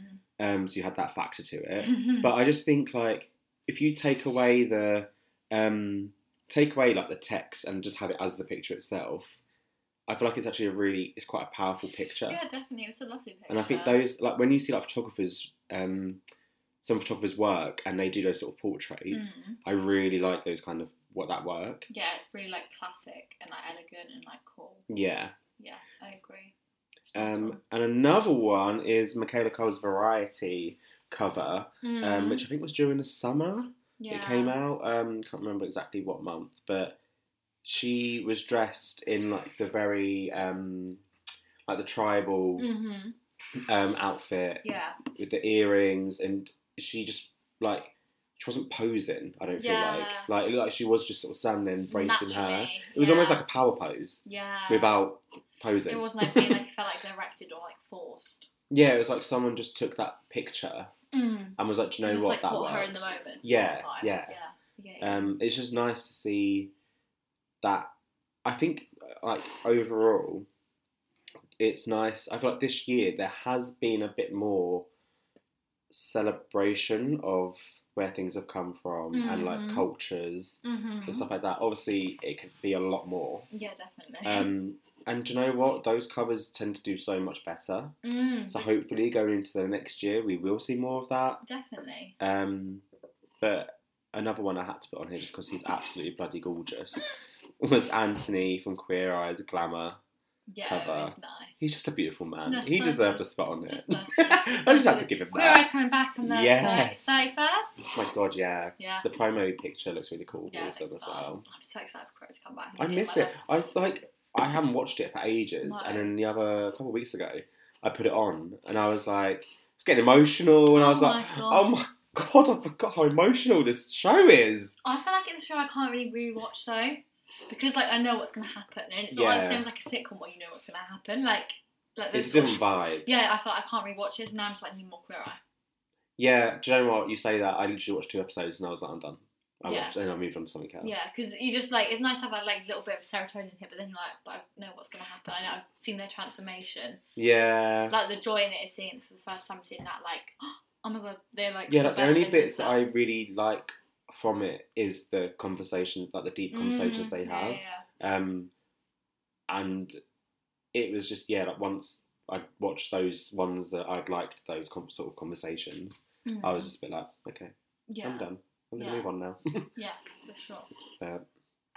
[SPEAKER 2] um, so you had that factor to it
[SPEAKER 1] Hmm.
[SPEAKER 2] but I just think like if you take away the um, take away like the text and just have it as the picture itself, I feel like it's actually a really it's quite a powerful picture.
[SPEAKER 1] yeah, definitely, it was a lovely picture.
[SPEAKER 2] and I think those like when you see like photographers, um, some photographers work and they do those sort of portraits.
[SPEAKER 1] Mm.
[SPEAKER 2] I really like those kind of what that work.
[SPEAKER 1] Yeah, it's really like classic and like elegant and like cool.
[SPEAKER 2] Yeah.
[SPEAKER 1] Yeah, I agree.
[SPEAKER 2] Um, and another one is Michaela Cole's Variety cover,
[SPEAKER 1] Mm.
[SPEAKER 2] um, which I think was during the summer.
[SPEAKER 1] yeah.
[SPEAKER 2] It came out. Um, can't remember exactly what month, but she was dressed in like the very um, like the tribal
[SPEAKER 1] hmm
[SPEAKER 2] um, outfit
[SPEAKER 1] Yeah,
[SPEAKER 2] with the earrings, and she just like she wasn't posing. I don't feel like
[SPEAKER 1] Yeah.
[SPEAKER 2] like it looked like she was just sort of standing, bracing her.
[SPEAKER 1] Naturally,
[SPEAKER 2] It was
[SPEAKER 1] yeah.
[SPEAKER 2] almost like a power pose
[SPEAKER 1] yeah.
[SPEAKER 2] without posing.
[SPEAKER 1] It wasn't like being like it felt like directed or like forced.
[SPEAKER 2] yeah, it was like someone just took that picture
[SPEAKER 1] Mm.
[SPEAKER 2] and was like, Do you know
[SPEAKER 1] it was
[SPEAKER 2] what
[SPEAKER 1] like
[SPEAKER 2] that
[SPEAKER 1] caught
[SPEAKER 2] works.
[SPEAKER 1] her in the moment. sort of
[SPEAKER 2] Yeah,
[SPEAKER 1] vibe.
[SPEAKER 2] yeah.
[SPEAKER 1] yeah. yeah.
[SPEAKER 2] um, it's just nice to see that I think like overall it's nice I feel like this year there has been a bit more celebration of where things have come from and like
[SPEAKER 1] Mhm.
[SPEAKER 2] cultures
[SPEAKER 1] Mhm.
[SPEAKER 2] and stuff like that obviously it could be a lot more
[SPEAKER 1] Yeah, definitely.
[SPEAKER 2] um, and do you know what those covers tend to do so much better
[SPEAKER 1] Mm,
[SPEAKER 2] so hopefully going into the next year we will see more of that
[SPEAKER 1] Definitely.
[SPEAKER 2] um, but another one I had to put on here just because he's absolutely bloody gorgeous was Anthony from Queer Eyes Glamour.
[SPEAKER 1] Yeah, it
[SPEAKER 2] Cover.
[SPEAKER 1] was nice.
[SPEAKER 2] He's just a beautiful man.
[SPEAKER 1] No,
[SPEAKER 2] he
[SPEAKER 1] so
[SPEAKER 2] deserved
[SPEAKER 1] good.
[SPEAKER 2] a spot on it.
[SPEAKER 1] Just nice.
[SPEAKER 2] I just had to give him
[SPEAKER 1] Queer Eye's
[SPEAKER 2] that.
[SPEAKER 1] coming back on the
[SPEAKER 2] Yes.
[SPEAKER 1] thirty first.
[SPEAKER 2] My God, yeah.
[SPEAKER 1] Yeah.
[SPEAKER 2] The promo picture looks really cool for
[SPEAKER 1] Yeah,
[SPEAKER 2] all
[SPEAKER 1] it
[SPEAKER 2] of them
[SPEAKER 1] looks
[SPEAKER 2] as
[SPEAKER 1] fun.
[SPEAKER 2] well.
[SPEAKER 1] I'm so excited for it to come back.
[SPEAKER 2] I
[SPEAKER 1] Yeah,
[SPEAKER 2] miss
[SPEAKER 1] my
[SPEAKER 2] it. I like. I haven't watched it for ages,
[SPEAKER 1] No.
[SPEAKER 2] and then the other a couple of weeks ago, I put it on, and I was like getting emotional, and I was
[SPEAKER 1] Oh
[SPEAKER 2] like,
[SPEAKER 1] my God.
[SPEAKER 2] oh my god, I forgot how emotional this show is.
[SPEAKER 1] I feel like it's a show I can't really rewatch though, because like I know what's gonna happen, and it's not like
[SPEAKER 2] Yeah.
[SPEAKER 1] the same as like a sitcom where you know what's gonna happen. Like, like
[SPEAKER 2] It's a
[SPEAKER 1] those-
[SPEAKER 2] different vibe.
[SPEAKER 1] Yeah, I feel like I can't rewatch it, and now I'm just like need more queer eye.
[SPEAKER 2] Yeah, do you know what? You say that I literally watched two episodes, and I was like, I'm done. I
[SPEAKER 1] Yeah.
[SPEAKER 2] watched, and I moved on to something else.
[SPEAKER 1] Yeah, because you just like it's nice to have a like little bit of serotonin here, but then you're like, but I know what's gonna happen. I know I've seen their transformation.
[SPEAKER 2] Yeah.
[SPEAKER 1] Like the joy in it is seeing it for the first time, seeing that like, oh my god, they're like
[SPEAKER 2] Yeah,
[SPEAKER 1] feel
[SPEAKER 2] like the
[SPEAKER 1] better
[SPEAKER 2] only
[SPEAKER 1] than
[SPEAKER 2] bits that I
[SPEAKER 1] themselves.
[SPEAKER 2] really like from it is the conversations, like the deep conversations
[SPEAKER 1] Mm,
[SPEAKER 2] they
[SPEAKER 1] yeah,
[SPEAKER 2] have.
[SPEAKER 1] yeah, yeah.
[SPEAKER 2] Um, and it was just yeah, like once I watched those ones that I'd liked those com- sort of conversations, I was just a bit like, okay,
[SPEAKER 1] Mm. yeah,
[SPEAKER 2] I'm done. I'm gonna
[SPEAKER 1] Yeah.
[SPEAKER 2] move on now.
[SPEAKER 1] yeah, for sure.
[SPEAKER 2] But,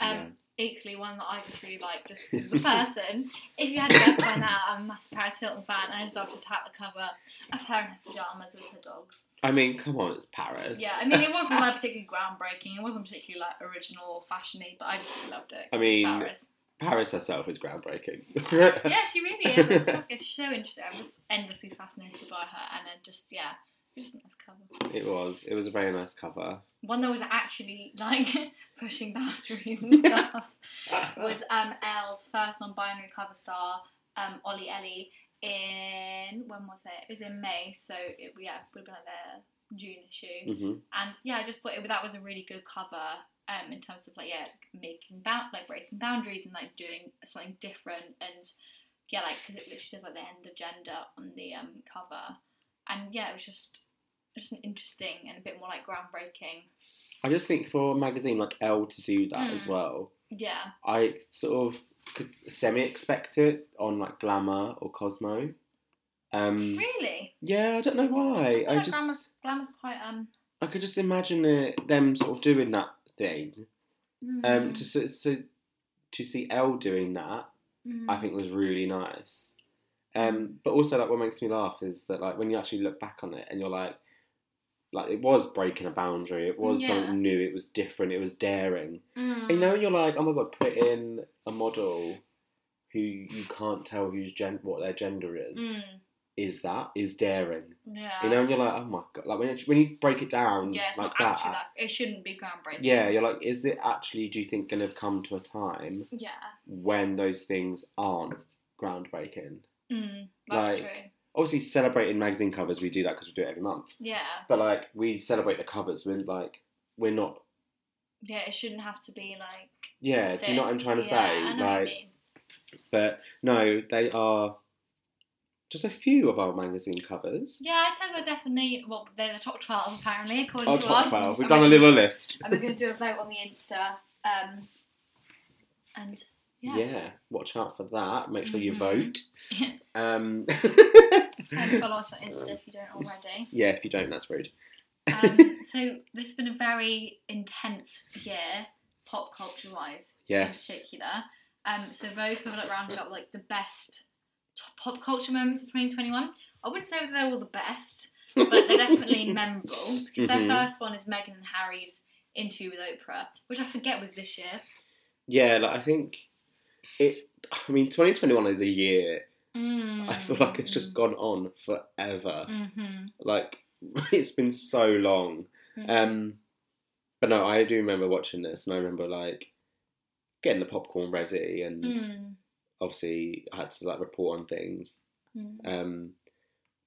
[SPEAKER 1] Um, equally one that I just really like just because of the person. if you had guessed by now, I'm a massive Paris Hilton fan and I just love to tap the cover of her in her pyjamas with her dogs.
[SPEAKER 2] I mean, come on, it's Paris.
[SPEAKER 1] Yeah, I mean it wasn't like particularly groundbreaking, it wasn't particularly like original or fashiony, but I just really loved it.
[SPEAKER 2] I mean,
[SPEAKER 1] Paris.
[SPEAKER 2] Paris herself is groundbreaking.
[SPEAKER 1] Yeah, she really is. It's like it's so interesting. I'm just endlessly fascinated by her and then just yeah, just a nice cover.
[SPEAKER 2] It was. It was a very nice cover.
[SPEAKER 1] One that was actually like pushing boundaries and stuff. was um Elle's first non-binary cover star, um Ollie Ellie, in when was it? It was in May, so it yeah would have been like their June issue.
[SPEAKER 2] hmm
[SPEAKER 1] And yeah, I just thought it, that was a really good cover um in terms of like yeah making bound like breaking boundaries and like doing something different and yeah like because it literally says like the end of gender on the um cover and yeah it was just just an interesting and a bit more like groundbreaking
[SPEAKER 2] I just think for a magazine like Elle to do that as
[SPEAKER 1] Mm.
[SPEAKER 2] well,
[SPEAKER 1] yeah
[SPEAKER 2] I sort of could semi expect it on like Glamour or Cosmo. Um,
[SPEAKER 1] really
[SPEAKER 2] yeah, I don't know why. I
[SPEAKER 1] like
[SPEAKER 2] just
[SPEAKER 1] glamour's, glamour's quite um
[SPEAKER 2] I could just imagine it, them sort of doing that thing. Um,
[SPEAKER 1] mm.
[SPEAKER 2] to so, so to see Elle doing that,
[SPEAKER 1] mm-hmm.
[SPEAKER 2] I think was really nice. Um, but also like what makes me laugh is that like when you actually look back on it and you're like, like it was breaking a boundary. It was
[SPEAKER 1] Yeah.
[SPEAKER 2] something new. It was different. It was daring.
[SPEAKER 1] Mm.
[SPEAKER 2] And you know, when you're like, oh my god, put in a model who you can't tell who's gen- what their gender is.
[SPEAKER 1] Mm.
[SPEAKER 2] Is that is daring?
[SPEAKER 1] Yeah.
[SPEAKER 2] You know, and you're like, oh my god, like when you, when you break it down
[SPEAKER 1] yeah, it's
[SPEAKER 2] like
[SPEAKER 1] not actually that. It shouldn't be groundbreaking.
[SPEAKER 2] yeah, you're like, is it actually? Do you think going to come to a time
[SPEAKER 1] Yeah.
[SPEAKER 2] when those things aren't groundbreaking?
[SPEAKER 1] Mm. That's
[SPEAKER 2] Like-
[SPEAKER 1] true.
[SPEAKER 2] Obviously, celebrating magazine covers, we do that because we do it every month.
[SPEAKER 1] Yeah.
[SPEAKER 2] But like, we celebrate the covers. We're like, we're not.
[SPEAKER 1] Yeah, it shouldn't have to be like.
[SPEAKER 2] Yeah, do you know what I'm trying to
[SPEAKER 1] yeah,
[SPEAKER 2] say?
[SPEAKER 1] I know what you
[SPEAKER 2] like,
[SPEAKER 1] mean.
[SPEAKER 2] but no, they are just a few of our magazine covers.
[SPEAKER 1] Yeah, I'd say they're definitely. Well, they're the top 12, apparently, according
[SPEAKER 2] Our
[SPEAKER 1] to
[SPEAKER 2] Oh, top
[SPEAKER 1] us.
[SPEAKER 2] twelve. We've
[SPEAKER 1] I'm
[SPEAKER 2] done a
[SPEAKER 1] gonna-
[SPEAKER 2] little list.
[SPEAKER 1] I'm going to do a vote on the Insta. Um, and
[SPEAKER 2] Yeah.
[SPEAKER 1] yeah.
[SPEAKER 2] watch out for that. Make sure you
[SPEAKER 1] Mhm.
[SPEAKER 2] vote. um,
[SPEAKER 1] And follow us on Insta if you don't already.
[SPEAKER 2] yeah, if you don't, that's rude.
[SPEAKER 1] Um, so, this has been a very intense year, pop culture wise. in
[SPEAKER 2] Yes.
[SPEAKER 1] particular. Um, so Vogue have like rounded up like the best top pop culture moments of 2021. I wouldn't say that they're all the best, but they're definitely memorable because
[SPEAKER 2] Mhm.
[SPEAKER 1] their first one is Meghan and Harry's interview with Oprah, which I forget was this year.
[SPEAKER 2] Yeah, like I think it. I mean, 2021 is a year. I feel like it's
[SPEAKER 1] Mm.
[SPEAKER 2] just gone on forever.
[SPEAKER 1] Mm-hmm.
[SPEAKER 2] Like it's been so long. Um, but no, I do remember watching this, and I remember like getting the popcorn ready, and
[SPEAKER 1] mm
[SPEAKER 2] obviously I had to like report on things.
[SPEAKER 1] Mm.
[SPEAKER 2] Um,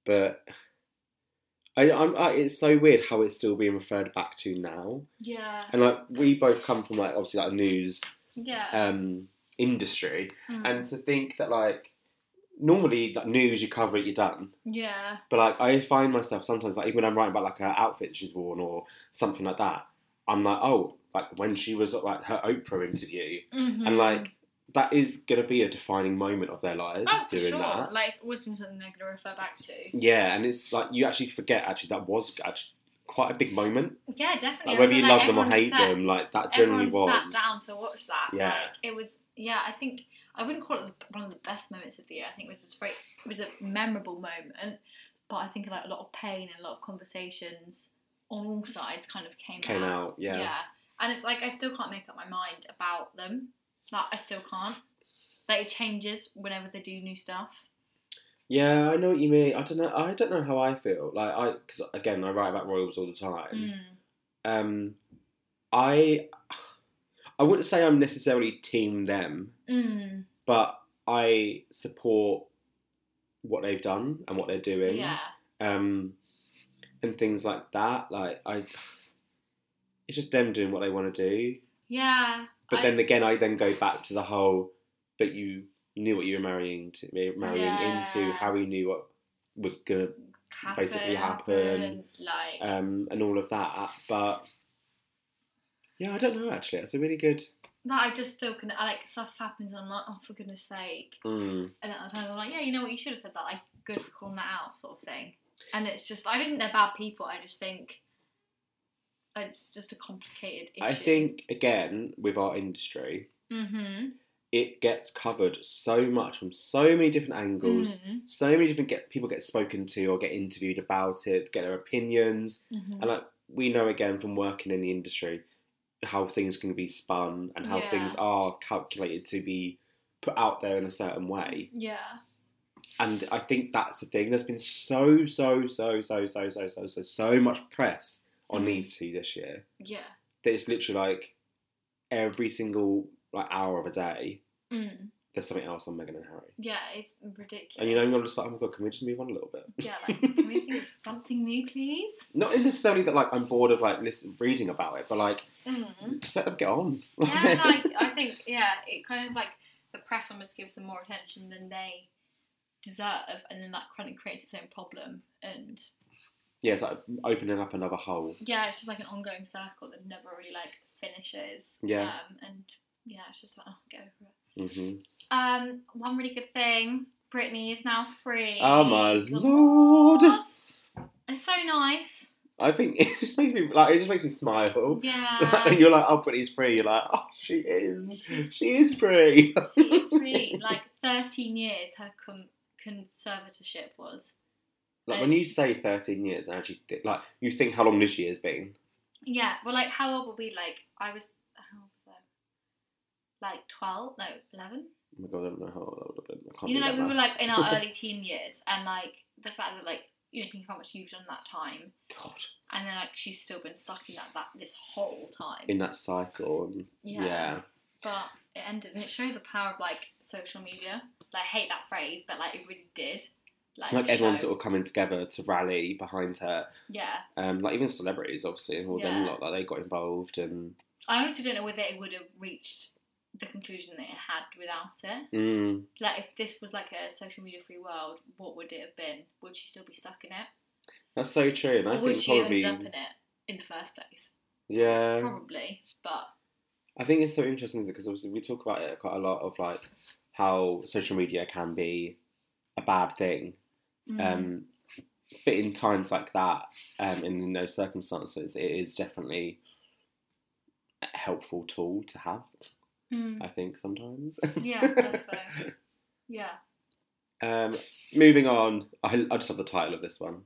[SPEAKER 2] but I, I'm, I, it's so weird how it's still being referred back to now,
[SPEAKER 1] Yeah.
[SPEAKER 2] and like we both come from like obviously like news
[SPEAKER 1] Yeah.
[SPEAKER 2] um industry,
[SPEAKER 1] Mm.
[SPEAKER 2] and to think that like normally like news you cover it you're done
[SPEAKER 1] yeah.
[SPEAKER 2] but like i find myself sometimes like even when i'm writing about like her outfit she's worn or something like that i'm like oh like when she was at like her oprah interview
[SPEAKER 1] Mhm.
[SPEAKER 2] and like that is gonna be a defining moment of their lives
[SPEAKER 1] Oh, for
[SPEAKER 2] doing
[SPEAKER 1] sure.
[SPEAKER 2] that
[SPEAKER 1] Like it's always something they're going to refer back to.
[SPEAKER 2] yeah and it's like you actually forget actually that was actually quite a big moment
[SPEAKER 1] Yeah, definitely.
[SPEAKER 2] Like,
[SPEAKER 1] I
[SPEAKER 2] whether you
[SPEAKER 1] remember,
[SPEAKER 2] love them or
[SPEAKER 1] everyone
[SPEAKER 2] hate
[SPEAKER 1] sat-
[SPEAKER 2] them, like, that generally
[SPEAKER 1] everyone sat
[SPEAKER 2] was.
[SPEAKER 1] down to watch that.
[SPEAKER 2] Yeah.
[SPEAKER 1] like, it was. Yeah, I think I wouldn't call it the- one of the best moments of the year. I think it was just very. It was a memorable moment, but I think like a lot of pain and a lot of conversations on all sides kind of came
[SPEAKER 2] came
[SPEAKER 1] out.
[SPEAKER 2] out yeah.
[SPEAKER 1] and it's like I still can't make up my mind about them. Like I still can't. that it changes whenever they do new stuff.
[SPEAKER 2] Yeah, I know what you mean. I don't know. I don't know how I feel. Like I, because again, I write about royals all the time.
[SPEAKER 1] Mm.
[SPEAKER 2] Um, I, I wouldn't say I'm necessarily team them,
[SPEAKER 1] Mm.
[SPEAKER 2] but I support what they've done and what they're doing.
[SPEAKER 1] Yeah.
[SPEAKER 2] Um, and things like that. Like I, it's just them doing what they want to do.
[SPEAKER 1] Yeah.
[SPEAKER 2] But
[SPEAKER 1] I-
[SPEAKER 2] then again, I then go back to the whole, but you knew what you were marrying to, marrying into.
[SPEAKER 1] Yeah.
[SPEAKER 2] Harry knew what was gonna basically happen,
[SPEAKER 1] Like,
[SPEAKER 2] um, and all of that. But yeah, I don't know. Actually, that's a really good.
[SPEAKER 1] that I just still can, I, like, stuff happens and I'm like, oh, for goodness sake.
[SPEAKER 2] Mm.
[SPEAKER 1] And at the time I'm like, yeah, you know what, you should have said that. Like, good for calling that out, sort of thing. And it's just, I don't think they're bad people. I just think it's just a complicated issue.
[SPEAKER 2] I think again with our industry,
[SPEAKER 1] Mm-hmm.
[SPEAKER 2] it gets covered so much from so many different angles.
[SPEAKER 1] Mm-hmm.
[SPEAKER 2] So many different get people get spoken to or get interviewed about it, get their opinions.
[SPEAKER 1] Mm-hmm.
[SPEAKER 2] And like we know again from working in the industry how things can be spun and how
[SPEAKER 1] Yeah.
[SPEAKER 2] things are calculated to be put out there in a certain way.
[SPEAKER 1] Yeah.
[SPEAKER 2] And I think that's the thing. There's been so so so so so so so so so much press on
[SPEAKER 1] Mhm.
[SPEAKER 2] these two this year
[SPEAKER 1] Yeah.
[SPEAKER 2] that it's literally like every single like hour of a day
[SPEAKER 1] Mm.
[SPEAKER 2] there's something else on Meghan and Harry.
[SPEAKER 1] Yeah, it's ridiculous.
[SPEAKER 2] And you know, I'm just like, oh my god, can we just move on a little bit?
[SPEAKER 1] Yeah, like, can we think of something new, please?
[SPEAKER 2] Not necessarily that like I'm bored of like listen, reading about it, but like
[SPEAKER 1] Mm.
[SPEAKER 2] just let them get on.
[SPEAKER 1] Yeah, like, I think, yeah, it kind of like the press almost gives them more attention than they deserve, and then that kind of creates its own problem. And
[SPEAKER 2] Yeah, it's like opening up another hole.
[SPEAKER 1] yeah, it's just like an ongoing circle that never really like finishes.
[SPEAKER 2] Yeah.
[SPEAKER 1] Um, and yeah, it's just like, oh, go for it.
[SPEAKER 2] hmm
[SPEAKER 1] Um, one really good thing Britney is now free.
[SPEAKER 2] Oh my
[SPEAKER 1] Good
[SPEAKER 2] lord!
[SPEAKER 1] lord. It's so nice.
[SPEAKER 2] I think it just makes me like it just makes me smile.
[SPEAKER 1] Yeah.
[SPEAKER 2] you're like, oh, Britney's free. You're like, oh, she is,
[SPEAKER 1] She's-
[SPEAKER 2] she is free.
[SPEAKER 1] She's free. Like 13 years her com- conservatorship was.
[SPEAKER 2] like when you say 13 years, I actually th- like you think how long this year's been.
[SPEAKER 1] Yeah, well, like, how old were we? Like, I was, how old was I? Like 12, no, 11?
[SPEAKER 2] Oh my god, I don't know how old I would have been. I can't
[SPEAKER 1] You
[SPEAKER 2] do
[SPEAKER 1] know, like,
[SPEAKER 2] that
[SPEAKER 1] we were,
[SPEAKER 2] maths.
[SPEAKER 1] like, in our early teen years, and, like, the fact that, like, you know, think of how much you've done that time,
[SPEAKER 2] God
[SPEAKER 1] and then, like, she's still been stuck in that, that this whole time.
[SPEAKER 2] in that cycle. And, yeah.
[SPEAKER 1] yeah. But it ended, and it showed the power of, like, social media. Like, I hate that phrase, but, like, it really did. Like,
[SPEAKER 2] like everyone
[SPEAKER 1] show-
[SPEAKER 2] sort of coming together to rally behind her.
[SPEAKER 1] Yeah.
[SPEAKER 2] Um, like even celebrities, obviously, and all them
[SPEAKER 1] Yeah.
[SPEAKER 2] lot, like they got involved and.
[SPEAKER 1] I honestly don't know whether it would have reached the conclusion that it had without it.
[SPEAKER 2] Mm,
[SPEAKER 1] Like, if this was like a social media free world, what would it have been? Would she still be stuck in it?
[SPEAKER 2] That's so true, and I
[SPEAKER 1] or would
[SPEAKER 2] think
[SPEAKER 1] she have
[SPEAKER 2] probably Um,
[SPEAKER 1] ended up in it in the first place?
[SPEAKER 2] yeah.
[SPEAKER 1] Probably, but
[SPEAKER 2] I think it's so interesting is because obviously we talk about it quite a lot of like how social media can be a bad thing,
[SPEAKER 1] mm.
[SPEAKER 2] um, but in times like that, um, and in those circumstances, it is definitely a helpful tool to have.
[SPEAKER 1] Mm.
[SPEAKER 2] I think sometimes.
[SPEAKER 1] yeah, I think so. yeah,
[SPEAKER 2] um, moving on, I, I just have the title of this one: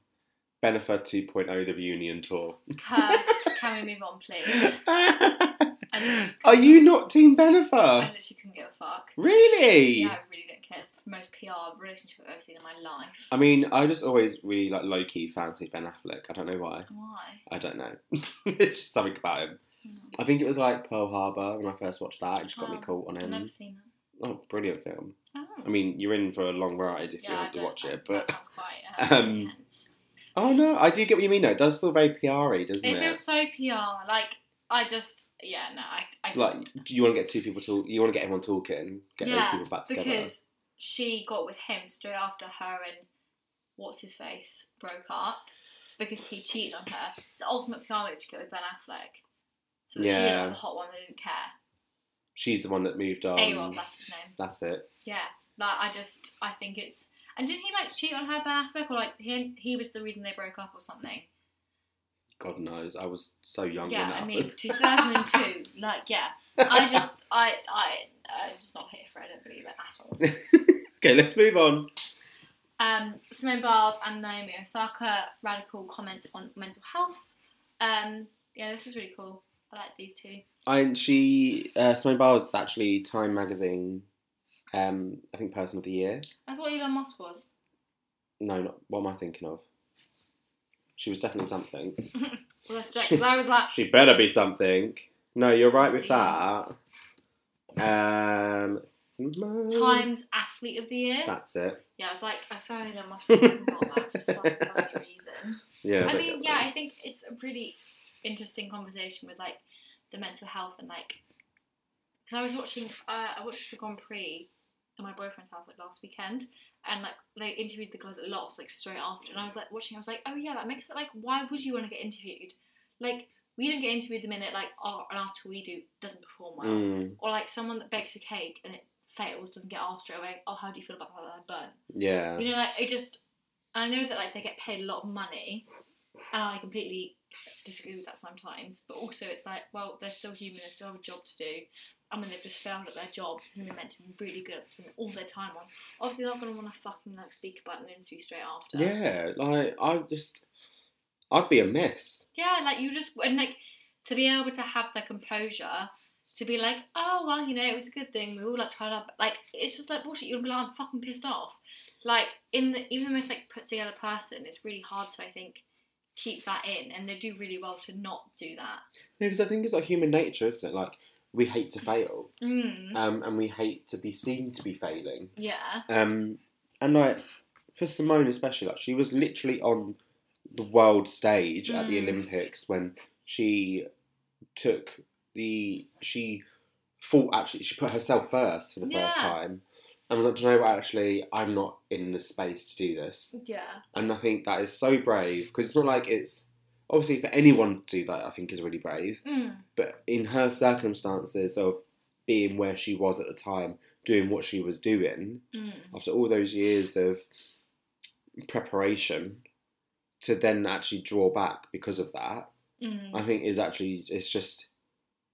[SPEAKER 2] Benefer 2.0 The Union Tour.
[SPEAKER 1] cursed. Can we move on, please? I literally,
[SPEAKER 2] Are you not Team
[SPEAKER 1] I
[SPEAKER 2] Benefer?
[SPEAKER 1] literally couldn't give a fuck.
[SPEAKER 2] Really?
[SPEAKER 1] Yeah, I really don't care. It's the most PR relationship I've ever seen in my life.
[SPEAKER 2] I mean, I just always really like low key fancied Ben Affleck. I don't know why.
[SPEAKER 1] Why?
[SPEAKER 2] I don't know. it's just something about him.
[SPEAKER 1] Mm.
[SPEAKER 2] I think it was like Pearl Harbor when I first watched that. It just got me
[SPEAKER 1] Oh,
[SPEAKER 2] caught on
[SPEAKER 1] I've never
[SPEAKER 2] him.
[SPEAKER 1] seen that.
[SPEAKER 2] Oh, brilliant film.
[SPEAKER 1] Oh.
[SPEAKER 2] I mean, you're in for a long ride if you
[SPEAKER 1] I
[SPEAKER 2] want to
[SPEAKER 1] don't-
[SPEAKER 2] watch it.
[SPEAKER 1] that-
[SPEAKER 2] But
[SPEAKER 1] that sounds quite um,
[SPEAKER 2] um,
[SPEAKER 1] intense.
[SPEAKER 2] oh no, I do get what you mean. though. It does feel very PR-y, doesn't
[SPEAKER 1] It
[SPEAKER 2] it?
[SPEAKER 1] feels so PR. Like I just, yeah, no, I, I just,
[SPEAKER 2] Like, do you want to get two people talk? You want to get everyone talking? Get those
[SPEAKER 1] Yeah,
[SPEAKER 2] people back together?
[SPEAKER 1] because she got with him straight after her and what's his face broke up because he cheated on her. It's the ultimate PR move to get with Ben Affleck. So that she
[SPEAKER 2] Yeah.
[SPEAKER 1] didn't have the hot one. They didn't care.
[SPEAKER 2] She's the one that moved on.
[SPEAKER 1] A-Rod, that's his name.
[SPEAKER 2] That's it.
[SPEAKER 1] Yeah, like I just, I think it's. And didn't he like cheat on her, Ben Affleck, or like he he was the reason they broke up or something?
[SPEAKER 2] God knows. I was so young when
[SPEAKER 1] yeah,
[SPEAKER 2] that
[SPEAKER 1] I mean,
[SPEAKER 2] happened.
[SPEAKER 1] 2002. like, yeah, I just, I, I, I'm just not here for. it. I don't believe it at all.
[SPEAKER 2] okay, let's move on.
[SPEAKER 1] Um, Simone Biles and Naomi Osaka radical comments on mental health. Um, yeah, this is really cool. I like these two.
[SPEAKER 2] And she, uh, Simone Biles, is actually Time magazine um, I think Person of the Year.
[SPEAKER 1] I thought Elon Musk was.
[SPEAKER 2] No, not, what am I thinking of? She was definitely something.
[SPEAKER 1] Well, that's Jack. 'cause I was like,
[SPEAKER 2] She better be something. No, you're right with that. Um,
[SPEAKER 1] Times Athlete of the Year.
[SPEAKER 2] That's it.
[SPEAKER 1] Yeah, I was like, I saw Elon Musk and bought that for some bloody reason.
[SPEAKER 2] Yeah.
[SPEAKER 1] I mean, yeah, I think it's a really interesting conversation with like the mental health and like. Because I was watching, uh, I watched the Grand Prix at my boyfriend's house like last weekend, and like they interviewed the guy that lost like straight after, and I was like watching, I was like, oh yeah, that makes it like, why would you want to get interviewed? Like we don't get interviewed the minute like our an article we do doesn't perform well,
[SPEAKER 2] Mm,
[SPEAKER 1] or like someone that bakes a cake and it fails doesn't get asked straight away. Oh, how do you feel about that? Burn.
[SPEAKER 2] yeah.
[SPEAKER 1] You know, like it just. I know that like they get paid a lot of money, and I completely disagree with that sometimes. But also, it's like, well, they're still human. They still have a job to do. I mean, they've just failed at their job, and they're meant to be really good at spending all their time on. Obviously, they're not going to want to fucking like speak about an interview straight after.
[SPEAKER 2] Yeah. Like I just, I'd be a mess.
[SPEAKER 1] Yeah, like you just and like to be able to have the composure to be like, oh well, you know, it was a good thing. We all like tried our like it's just like bullshit. You'll be like, I'm fucking pissed off. Like in the even the most like put together person, it's really hard to I think keep that in, and they do really well to not do that.
[SPEAKER 2] Yeah, because I think it's like human nature, isn't it? Like we hate
[SPEAKER 1] Mm-hmm.
[SPEAKER 2] to fail,
[SPEAKER 1] Mm,
[SPEAKER 2] um, and we hate to be seen to be failing.
[SPEAKER 1] yeah,
[SPEAKER 2] Um, and like for Simone especially, like she was literally on the world stage at the
[SPEAKER 1] Mm.
[SPEAKER 2] Olympics when she took the she fought actually she put herself first for the first
[SPEAKER 1] Yeah.
[SPEAKER 2] time. And was like, do you know what? Actually, I'm not in the space to do this.
[SPEAKER 1] yeah,
[SPEAKER 2] And I think that is so brave because it's not like it's obviously for anyone to do that. I think is really brave
[SPEAKER 1] mm,
[SPEAKER 2] but in her circumstances of being where she was at the time, doing what she was doing,
[SPEAKER 1] mm.
[SPEAKER 2] after all those years of preparation, to then actually draw back because of that,
[SPEAKER 1] Mm.
[SPEAKER 2] I think is actually it's just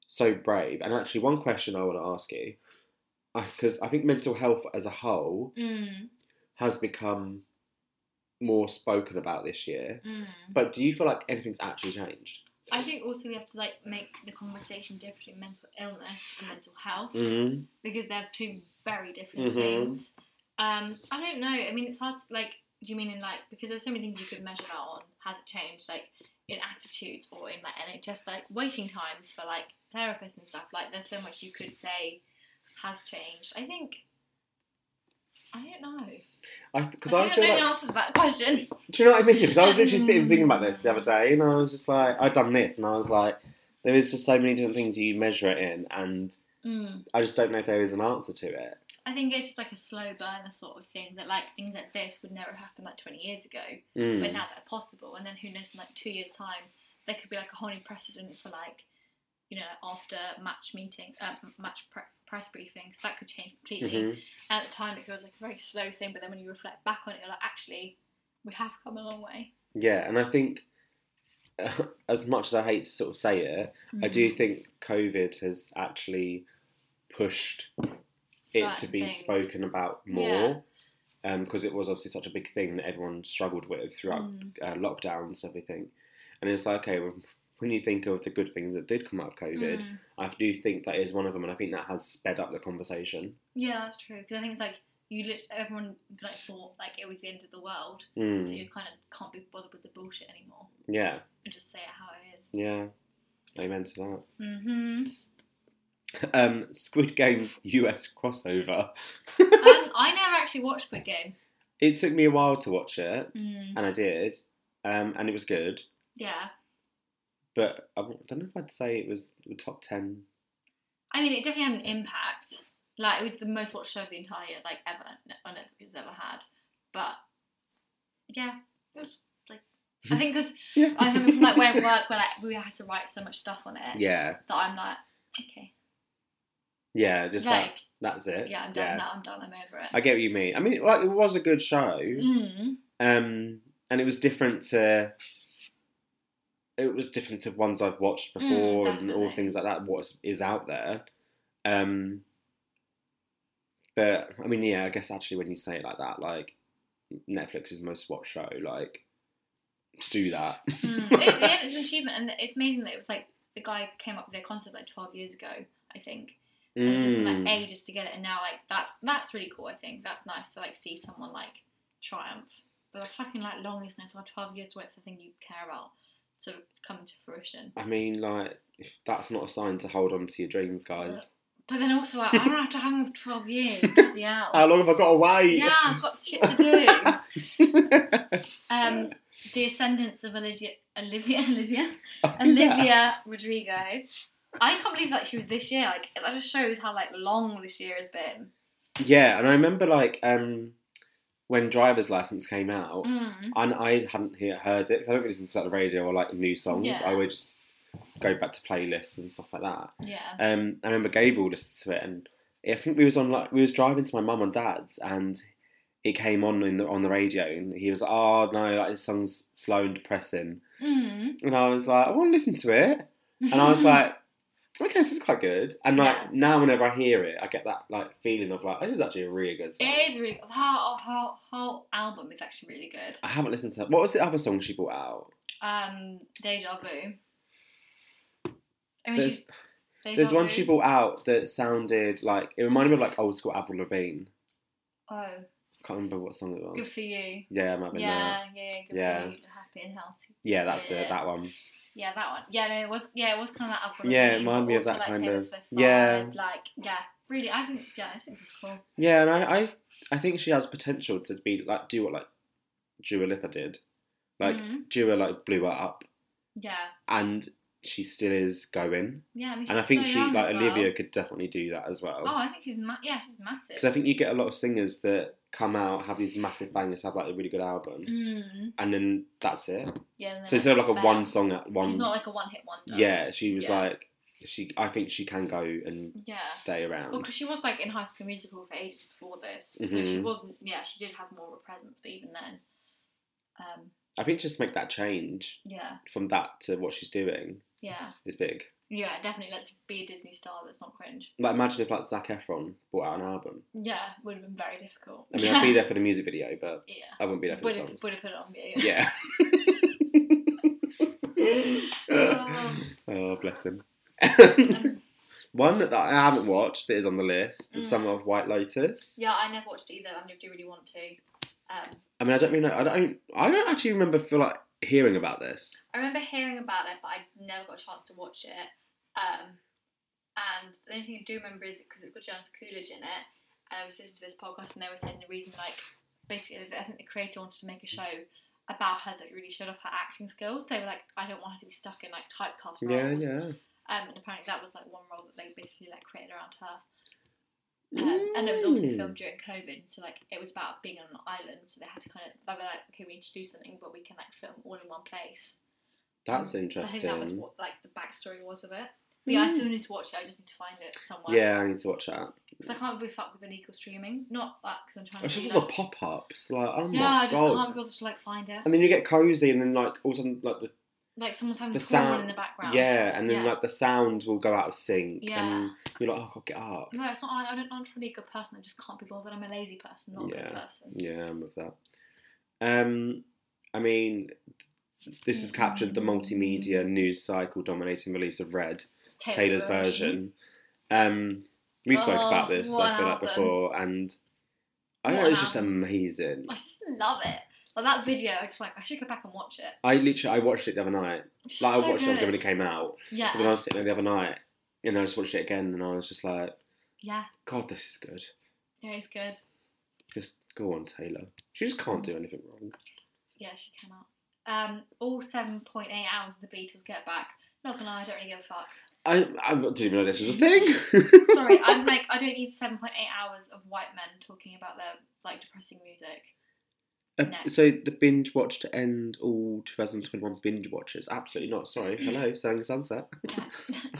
[SPEAKER 2] so brave. And actually, one question I want to ask you, because I think mental health as a whole
[SPEAKER 1] Mm,
[SPEAKER 2] has become more spoken about this year.
[SPEAKER 1] mm.
[SPEAKER 2] But do you feel like anything's actually changed?
[SPEAKER 1] I think also we have to like make the conversation different between mental illness and mental health.
[SPEAKER 2] Mm-hmm.
[SPEAKER 1] because they're two very different
[SPEAKER 2] Mhm.
[SPEAKER 1] things. Um, I don't know. I mean, it's hard. To, like, do you mean in like because there's so many things you could measure that on? Has it changed? Like in attitudes or in like NHS, like waiting times for like therapists and stuff. Like, there's so much you could say has changed. I think. I don't know.
[SPEAKER 2] Because
[SPEAKER 1] I,
[SPEAKER 2] I,
[SPEAKER 1] don't
[SPEAKER 2] feel
[SPEAKER 1] know
[SPEAKER 2] like
[SPEAKER 1] the answer to that question.
[SPEAKER 2] Do you know what I mean? Because I was literally sitting thinking about this the other day, and I was just like, I'd done this, and I was like, there is just so many different things you measure it in, and
[SPEAKER 1] Mm.
[SPEAKER 2] I just don't know if there is an answer to it.
[SPEAKER 1] I think it's just like a slow burner sort of thing that like things like this would never happen like 20 years ago.
[SPEAKER 2] Mm.
[SPEAKER 1] but now they're possible. And then who knows, in like two years' time, there could be like a whole new precedent for like, you know, after match meeting, uh, match pre- press briefings. That could change completely.
[SPEAKER 2] Mhm.
[SPEAKER 1] At the time, it feels like a very slow thing, but then when you reflect back on it, you're like, actually, we have come a long way.
[SPEAKER 2] Yeah, and I think, as much as I hate to sort of say it, I do
[SPEAKER 1] Mm. Mm-hmm.
[SPEAKER 2] think COVID has actually pushed it to
[SPEAKER 1] Certain
[SPEAKER 2] be
[SPEAKER 1] things.
[SPEAKER 2] spoken about more, because it was obviously such a big thing that everyone struggled with throughout
[SPEAKER 1] Mm.
[SPEAKER 2] uh, lockdowns and everything. And it's like, okay, when, when you think of the good things that did come out of COVID,
[SPEAKER 1] Mm.
[SPEAKER 2] I do think that is one of them, and I think that has sped up the conversation.
[SPEAKER 1] Yeah, that's true. Because I think it's like you, lit- everyone like thought like it was the end of the world, so
[SPEAKER 2] Mm.
[SPEAKER 1] you kind of can't be bothered with the bullshit anymore
[SPEAKER 2] Yeah,
[SPEAKER 1] and just say it how it is.
[SPEAKER 2] yeah. Amen to
[SPEAKER 1] Mm-hmm.
[SPEAKER 2] that. Um, Squid Game's US crossover.
[SPEAKER 1] um, I never actually watched Squid Game.
[SPEAKER 2] It took me a while to watch it,
[SPEAKER 1] Mm.
[SPEAKER 2] and I did, um, and it was good.
[SPEAKER 1] Yeah.
[SPEAKER 2] But I w- don't know if I'd say it was the top ten.
[SPEAKER 1] I mean, it definitely had an impact. Like it was the most watched show of the entire year, like ever on Netflix has ever had. But yeah, it was like I think because
[SPEAKER 2] Yeah.
[SPEAKER 1] I remember from like where I work, where like we had to write so much stuff on it
[SPEAKER 2] yeah,
[SPEAKER 1] that I'm like, okay,
[SPEAKER 2] yeah, just like,
[SPEAKER 1] like
[SPEAKER 2] that's it.
[SPEAKER 1] yeah, I'm done. Now I'm done. I'm over it.
[SPEAKER 2] I get what you mean. I mean, like it was a good show.
[SPEAKER 1] mm,
[SPEAKER 2] um, and it was different to it was different to ones I've watched before and all
[SPEAKER 1] Mm, definitely.
[SPEAKER 2] things like that. What is- is out there, um, but I mean, yeah, I guess actually when you say it like that, like Netflix's most watched show, like to do that,
[SPEAKER 1] mm. It, yeah, it's an achievement, and it's amazing that it was like the guy came up with their concept like 12 years ago, I think, And it took them
[SPEAKER 2] Mm.
[SPEAKER 1] like ages to get it, and now like that's that's really cool. I think that's nice to like see someone like triumph. But that's fucking like long, isn't it? So twelve years to wait for the thing you care about to come to fruition.
[SPEAKER 2] I mean, like, if that's not a sign to hold on to your dreams, guys.
[SPEAKER 1] But then also like I don't have to have them for twelve years. bloody hell.
[SPEAKER 2] How long have I got to wait?
[SPEAKER 1] yeah, I've got shit to do. Um, the ascendance of Olivia, Olivia, Olivia, Olivia Rodrigo. I can't believe that she was this year. Like that just shows how like long this year has been.
[SPEAKER 2] Yeah, and I remember like um when driver's license came out,
[SPEAKER 1] Mm.
[SPEAKER 2] and I hadn't hear, heard it. 'cause I don't really listen to like, the radio or like new songs.
[SPEAKER 1] Yeah. Uh-huh.
[SPEAKER 2] I would just go back to playlists and stuff like that.
[SPEAKER 1] Yeah.
[SPEAKER 2] Um, I remember Gabriel listened to it, and I think we was on like we was driving to my mum and dad's, and it came on in the, on the radio, and he was like, "Oh no, like this song's slow and depressing,"
[SPEAKER 1] Mm.
[SPEAKER 2] and I was like, "I want to listen to it." And I was like, okay, this is quite good. And like
[SPEAKER 1] Yeah.
[SPEAKER 2] now, whenever I hear it, I get that like feeling of like, this is actually a really good song.
[SPEAKER 1] it is really good. The whole, whole, whole album is actually really good.
[SPEAKER 2] I haven't listened to what was the other song she brought out.
[SPEAKER 1] Um, Deja Vu. I mean,
[SPEAKER 2] There's,
[SPEAKER 1] she's, Deja
[SPEAKER 2] there's one
[SPEAKER 1] Vu.
[SPEAKER 2] she brought out that sounded like it reminded me of like old school Avril Lavigne.
[SPEAKER 1] Oh,
[SPEAKER 2] Can't remember what song it was.
[SPEAKER 1] good for you.
[SPEAKER 2] Yeah, it might have been that.
[SPEAKER 1] Yeah, yeah, good for
[SPEAKER 2] uh, Yeah.
[SPEAKER 1] you. Happy and healthy.
[SPEAKER 2] Yeah, that's
[SPEAKER 1] Yeah.
[SPEAKER 2] it. That one.
[SPEAKER 1] Yeah, that one. Yeah, no, it was. Yeah, it was kind of that album.
[SPEAKER 2] Yeah, it reminded me of that kind of- yeah.
[SPEAKER 1] Like, yeah, really. I think. Yeah, I think it's cool.
[SPEAKER 2] Yeah, and I, I, I think she has potential to be like do what like Dua Lipa did. Like
[SPEAKER 1] Mhm.
[SPEAKER 2] Dua like blew her up,
[SPEAKER 1] Yeah,
[SPEAKER 2] and she still is going.
[SPEAKER 1] yeah. I mean,
[SPEAKER 2] And I
[SPEAKER 1] she's
[SPEAKER 2] think
[SPEAKER 1] so
[SPEAKER 2] she
[SPEAKER 1] young
[SPEAKER 2] like
[SPEAKER 1] as well.
[SPEAKER 2] Olivia could definitely do that as well.
[SPEAKER 1] Oh, I think she's ma- yeah, she's massive.
[SPEAKER 2] Because I think you get a lot of singers that come out, have these massive bangers, have like a really good album,
[SPEAKER 1] Mm.
[SPEAKER 2] and then that's it.
[SPEAKER 1] Yeah. and
[SPEAKER 2] So
[SPEAKER 1] then
[SPEAKER 2] instead of like a
[SPEAKER 1] bang.
[SPEAKER 2] one song at
[SPEAKER 1] She's
[SPEAKER 2] one,
[SPEAKER 1] not like a one-hit wonder.
[SPEAKER 2] yeah, she was
[SPEAKER 1] Um, Yeah.
[SPEAKER 2] like, she. I think she can go and
[SPEAKER 1] Yeah.
[SPEAKER 2] stay around.
[SPEAKER 1] Well, because she was like in High School Musical for ages before this, so
[SPEAKER 2] Mhm.
[SPEAKER 1] she wasn't. Yeah, she did have more of a presence, but even then, um,
[SPEAKER 2] I think just make that change
[SPEAKER 1] yeah,
[SPEAKER 2] from that to what she's doing
[SPEAKER 1] yeah,
[SPEAKER 2] is big.
[SPEAKER 1] yeah, definitely. Let's be a Disney star that's not cringe.
[SPEAKER 2] Like imagine if like Zac Efron brought out an album.
[SPEAKER 1] Yeah, would have been very difficult.
[SPEAKER 2] I mean, I'd be there for the music video, but
[SPEAKER 1] yeah,
[SPEAKER 2] I wouldn't be there for
[SPEAKER 1] would
[SPEAKER 2] the
[SPEAKER 1] have
[SPEAKER 2] songs.
[SPEAKER 1] would have put it on you.
[SPEAKER 2] Yeah.
[SPEAKER 1] Um,
[SPEAKER 2] oh, bless him.
[SPEAKER 1] um,
[SPEAKER 2] One that I haven't watched that is on the list is
[SPEAKER 1] Mm.
[SPEAKER 2] Summer of White Lotus.
[SPEAKER 1] yeah, I never watched it either. and I do really want to. Um,
[SPEAKER 2] I mean, I don't mean I don't I don't actually remember feel like hearing about this.
[SPEAKER 1] I remember hearing about it, but I never got a chance to watch it. Um, and the only thing I do remember is because it's got Jennifer Coolidge in it, and I was listening to this podcast, and they were saying the reason, like, basically, I think the creator wanted to make a show about her that really showed off her acting skills. They were like, I don't want her to be stuck in like typecast
[SPEAKER 2] Yeah,
[SPEAKER 1] roles.
[SPEAKER 2] yeah.
[SPEAKER 1] Um, and apparently that was like one role that they basically like created around her. Um, and it was obviously
[SPEAKER 2] Mm.
[SPEAKER 1] filmed during COVID, so like it was about being on an island, so they had to kind of they were like, okay, we need to do something, but we can like film all in one place.
[SPEAKER 2] That's
[SPEAKER 1] Um,
[SPEAKER 2] interesting.
[SPEAKER 1] I think that was what like the backstory was of it. But yeah, I still need to watch it. I just need to find it somewhere.
[SPEAKER 2] yeah, I need to watch that.
[SPEAKER 1] 'Cause I can't be fucked with illegal streaming. Not that because I'm trying
[SPEAKER 2] It's
[SPEAKER 1] to.
[SPEAKER 2] just
[SPEAKER 1] Be,
[SPEAKER 2] all the
[SPEAKER 1] like-
[SPEAKER 2] pop ups. Like, oh my
[SPEAKER 1] yeah, I just
[SPEAKER 2] god.
[SPEAKER 1] can't be bothered to like find it.
[SPEAKER 2] And then you get cozy, and then like all of a sudden, like the
[SPEAKER 1] Like someone's having
[SPEAKER 2] the
[SPEAKER 1] a porn
[SPEAKER 2] sound-
[SPEAKER 1] in the background.
[SPEAKER 2] yeah, and then
[SPEAKER 1] Yeah.
[SPEAKER 2] like the sound will go out of sync,
[SPEAKER 1] Yeah. Mm.
[SPEAKER 2] and you're like, oh, God, get up.
[SPEAKER 1] No, it's not. I I don't. I'm trying to be a good person. I just can't be bothered. I'm a lazy person, not a
[SPEAKER 2] Yeah.
[SPEAKER 1] good person.
[SPEAKER 2] Yeah, I'm with that. Um, I mean, this has captured the multimedia news cycle dominating release of Red. Taylor's version. Um, we spoke
[SPEAKER 1] Oh,
[SPEAKER 2] about this,
[SPEAKER 1] what
[SPEAKER 2] I feel like,
[SPEAKER 1] happened?
[SPEAKER 2] before, and I thought
[SPEAKER 1] What
[SPEAKER 2] it was just
[SPEAKER 1] happened?
[SPEAKER 2] amazing.
[SPEAKER 1] I just love it. Like that video, I just like I should go back and watch it.
[SPEAKER 2] I literally, I watched it the other night.
[SPEAKER 1] It's
[SPEAKER 2] Like,
[SPEAKER 1] so
[SPEAKER 2] I watched it obviously
[SPEAKER 1] good.
[SPEAKER 2] when it came out, but then I
[SPEAKER 1] Yeah,
[SPEAKER 2] was sitting there the other night, and I just watched it again, and I was just like,
[SPEAKER 1] yeah,
[SPEAKER 2] God, this is good.
[SPEAKER 1] yeah. It's good.
[SPEAKER 2] Just go on, Taylor. She just can't do anything wrong.
[SPEAKER 1] Yeah, she cannot. Um, all seven point eight hours of the Beatles Get Back. Not gonna lie, I don't really give a fuck.
[SPEAKER 2] I, I didn't even know this was a thing.
[SPEAKER 1] Sorry, I'm like I don't need seven point eight hours of white men talking about their like depressing music.
[SPEAKER 2] Uh,
[SPEAKER 1] No.
[SPEAKER 2] So the binge watch to end all 2021 binge watches. Absolutely not. Sorry. Hello, Selling Sunset.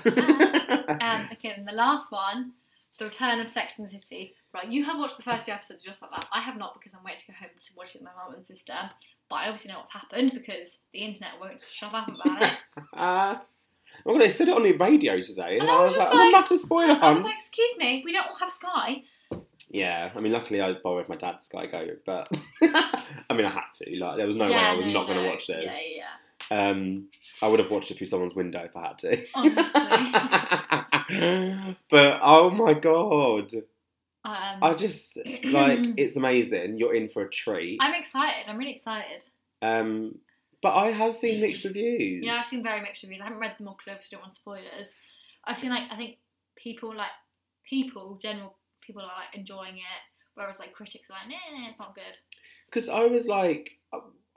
[SPEAKER 1] Um, okay, and the last one, the return of Sex and the City. Right, you have watched the first two episodes just like that. I have not because I'm waiting to go home to watch it with my mum and sister. But I obviously know what's happened because the internet won't shut up about it.
[SPEAKER 2] Uh, well, they said it on the radio today, and,
[SPEAKER 1] And I
[SPEAKER 2] I
[SPEAKER 1] was
[SPEAKER 2] was like,
[SPEAKER 1] just
[SPEAKER 2] "Oh,
[SPEAKER 1] like-
[SPEAKER 2] that's a spoiler
[SPEAKER 1] I was
[SPEAKER 2] hunt."
[SPEAKER 1] like, excuse me, we don't all have Sky.
[SPEAKER 2] yeah, I mean, luckily I borrowed my dad's Sky Go, but I mean, I had to. Like, there was no way I was
[SPEAKER 1] no,
[SPEAKER 2] not going
[SPEAKER 1] no.
[SPEAKER 2] to watch this.
[SPEAKER 1] Yeah, yeah,
[SPEAKER 2] Um, I would have watched it through someone's window if I had
[SPEAKER 1] Honestly.
[SPEAKER 2] to. but oh my god,
[SPEAKER 1] um,
[SPEAKER 2] I just like it's amazing. You're in for a treat.
[SPEAKER 1] I'm excited. I'm really excited.
[SPEAKER 2] Um, but I have seen mixed reviews.
[SPEAKER 1] Yeah, I've seen very mixed reviews. I haven't read them all because I obviously don't want spoilers. I've seen like I think people like people general people are like enjoying it, whereas like critics are like, nah, it's not good.
[SPEAKER 2] because I was like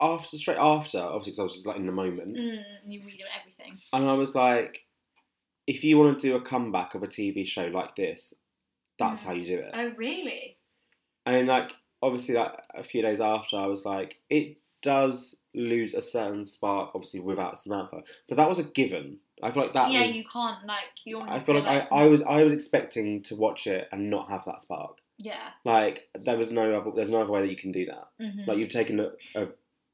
[SPEAKER 2] after straight after, obviously, because I was just like in the moment,
[SPEAKER 1] Mm, and you read on everything.
[SPEAKER 2] and I was like, if you want to do a comeback of a TV show like this, that's
[SPEAKER 1] Mm.
[SPEAKER 2] how you do it.
[SPEAKER 1] Oh really?
[SPEAKER 2] And like obviously, like a few days after, I was like, it does lose a certain spark, obviously, without Samantha, but that was a given. I feel like that
[SPEAKER 1] yeah,
[SPEAKER 2] was.
[SPEAKER 1] you can't like you. always
[SPEAKER 2] I
[SPEAKER 1] have
[SPEAKER 2] feel
[SPEAKER 1] to,
[SPEAKER 2] like, I, I was I was expecting to watch it and not have that spark.
[SPEAKER 1] Yeah.
[SPEAKER 2] Like there was no other there's no other way that you can do that.
[SPEAKER 1] mhm.
[SPEAKER 2] Like you've taken a, a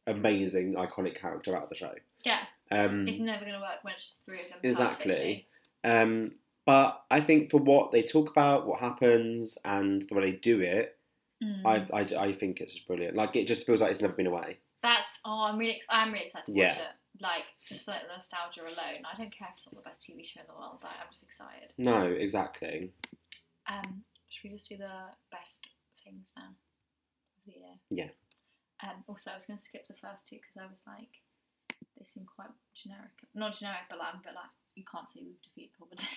[SPEAKER 2] amazing iconic character out of the show.
[SPEAKER 1] yeah.
[SPEAKER 2] Um,
[SPEAKER 1] It's never gonna work when it's just three of them.
[SPEAKER 2] Exactly.
[SPEAKER 1] perfectly.
[SPEAKER 2] Um, but I think for what they talk about, what happens, and the way they do it,
[SPEAKER 1] Mm.
[SPEAKER 2] I, I, I think it's just brilliant. Like it just feels like it's never been away.
[SPEAKER 1] That's oh, I'm really, ex- I'm really excited to watch
[SPEAKER 2] Yeah.
[SPEAKER 1] it. Like just for like the nostalgia alone, I don't care if it's not the best TV show in the world. Like, I'm just excited.
[SPEAKER 2] No, exactly.
[SPEAKER 1] Um, should we just do the best things now of the year?
[SPEAKER 2] Yeah.
[SPEAKER 1] Um, also, I was going to skip the first two because I was like, they seem quite generic. Not generic, but like, but like you can't say we've defeated poverty.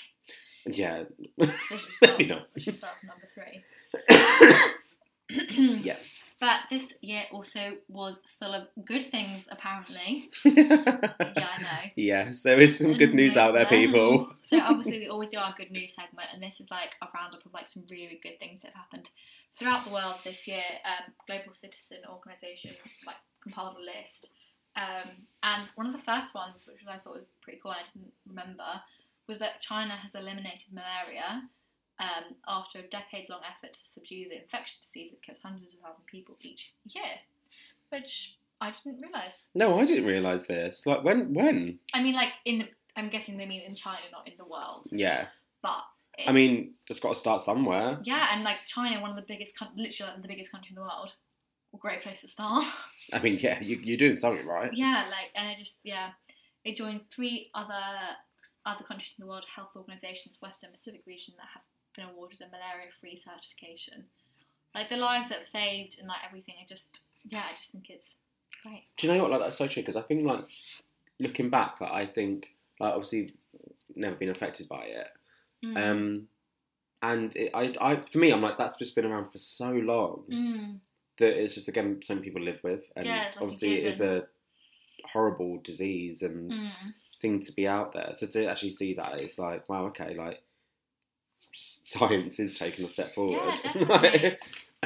[SPEAKER 2] Yeah,
[SPEAKER 1] so should we start,
[SPEAKER 2] maybe not.
[SPEAKER 1] should we start with number three?
[SPEAKER 2] Yeah.
[SPEAKER 1] But this year also was full of good things, apparently. Yeah, I know.
[SPEAKER 2] yes, there is some good news out there, people.
[SPEAKER 1] So obviously we always do our good news segment, and this is like a roundup of like some really, really good things that have happened throughout the world this year. Um, Global Citizen Organization like compiled a list, um, and one of the first ones, which I thought was pretty cool, and I didn't remember, was that China has eliminated malaria um, after a decades-long effort to subdue the infectious disease that kills hundreds of thousands of people each year, which I didn't realize.
[SPEAKER 2] No, I didn't realize this. Like when? When?
[SPEAKER 1] I mean, like in I'm guessing they mean in China, not in the world.
[SPEAKER 2] Yeah.
[SPEAKER 1] But it's,
[SPEAKER 2] I mean, it's got to start somewhere.
[SPEAKER 1] yeah, and like China, one of the biggest, coun- literally like, the biggest country in the world. Great place to start.
[SPEAKER 2] I mean, yeah, you, you're doing something right.
[SPEAKER 1] yeah, like and it just yeah, it joins three other other countries in the World Health Organization's Western Pacific region that have been awarded a malaria-free certification. Like the lives that have saved and like everything, I just yeah, I just think it's great.
[SPEAKER 2] do you know what? Like that's so true because I think like looking back, like I think like obviously never been affected by it.
[SPEAKER 1] Mm.
[SPEAKER 2] Um, and it, I, I for me, I'm like that's just been around for so long
[SPEAKER 1] Mm.
[SPEAKER 2] that it's just again something people live with, and
[SPEAKER 1] Yeah, it's like a
[SPEAKER 2] obviously it is a horrible disease and
[SPEAKER 1] Mm.
[SPEAKER 2] thing to be out there. So to actually see that, it's like wow, okay, like s- science is taking a step forward.
[SPEAKER 1] definitely.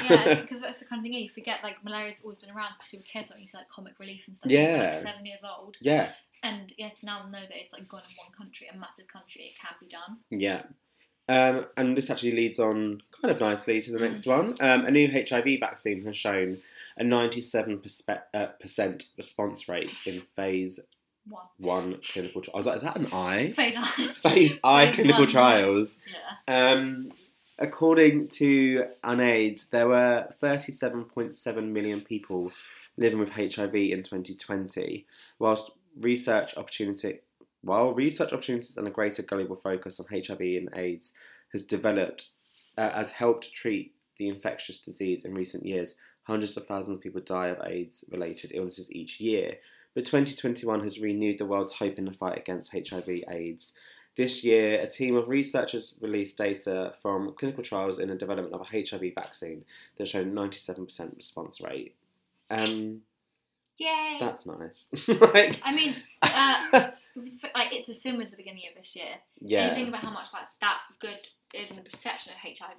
[SPEAKER 1] Yeah, because that's the kind of thing yeah, you forget. Like malaria's always been around because you were kids, like you said, like comic relief and stuff. when you were, like
[SPEAKER 2] Yeah.
[SPEAKER 1] seven years old,
[SPEAKER 2] yeah,
[SPEAKER 1] and yeah, to now know that it's like gone in one country, a massive country, it can be done.
[SPEAKER 2] Yeah. Um, and this actually leads on kind of nicely to the
[SPEAKER 1] Mm.
[SPEAKER 2] next one. Um, a new HIV vaccine has shown a 97% perspe- uh, percent response rate in phase
[SPEAKER 1] One
[SPEAKER 2] one clinical trials. I was like, is that an I?
[SPEAKER 1] phase eyes.
[SPEAKER 2] Phase I
[SPEAKER 1] Phase
[SPEAKER 2] clinical
[SPEAKER 1] one.
[SPEAKER 2] trials.
[SPEAKER 1] yeah.
[SPEAKER 2] Um, according to UNAIDS, there were 37.7 million people living with HIV in 2020, whilst research opportunity while research opportunities and a greater global focus on HIV and AIDS has developed uh, has helped treat the infectious disease in recent years. Hundreds of thousands of people die of AIDS-related illnesses each year. But 2021 has renewed the world's hope in the fight against HIV/AIDS. This year, a team of researchers released data from clinical trials in the development of a HIV vaccine that showed 97% response rate. Um,
[SPEAKER 1] Yay!
[SPEAKER 2] that's nice. like,
[SPEAKER 1] I mean, uh, f- like it's as similar as the beginning of this year. And you think
[SPEAKER 2] yeah,
[SPEAKER 1] about how much like that good in the perception of HIV,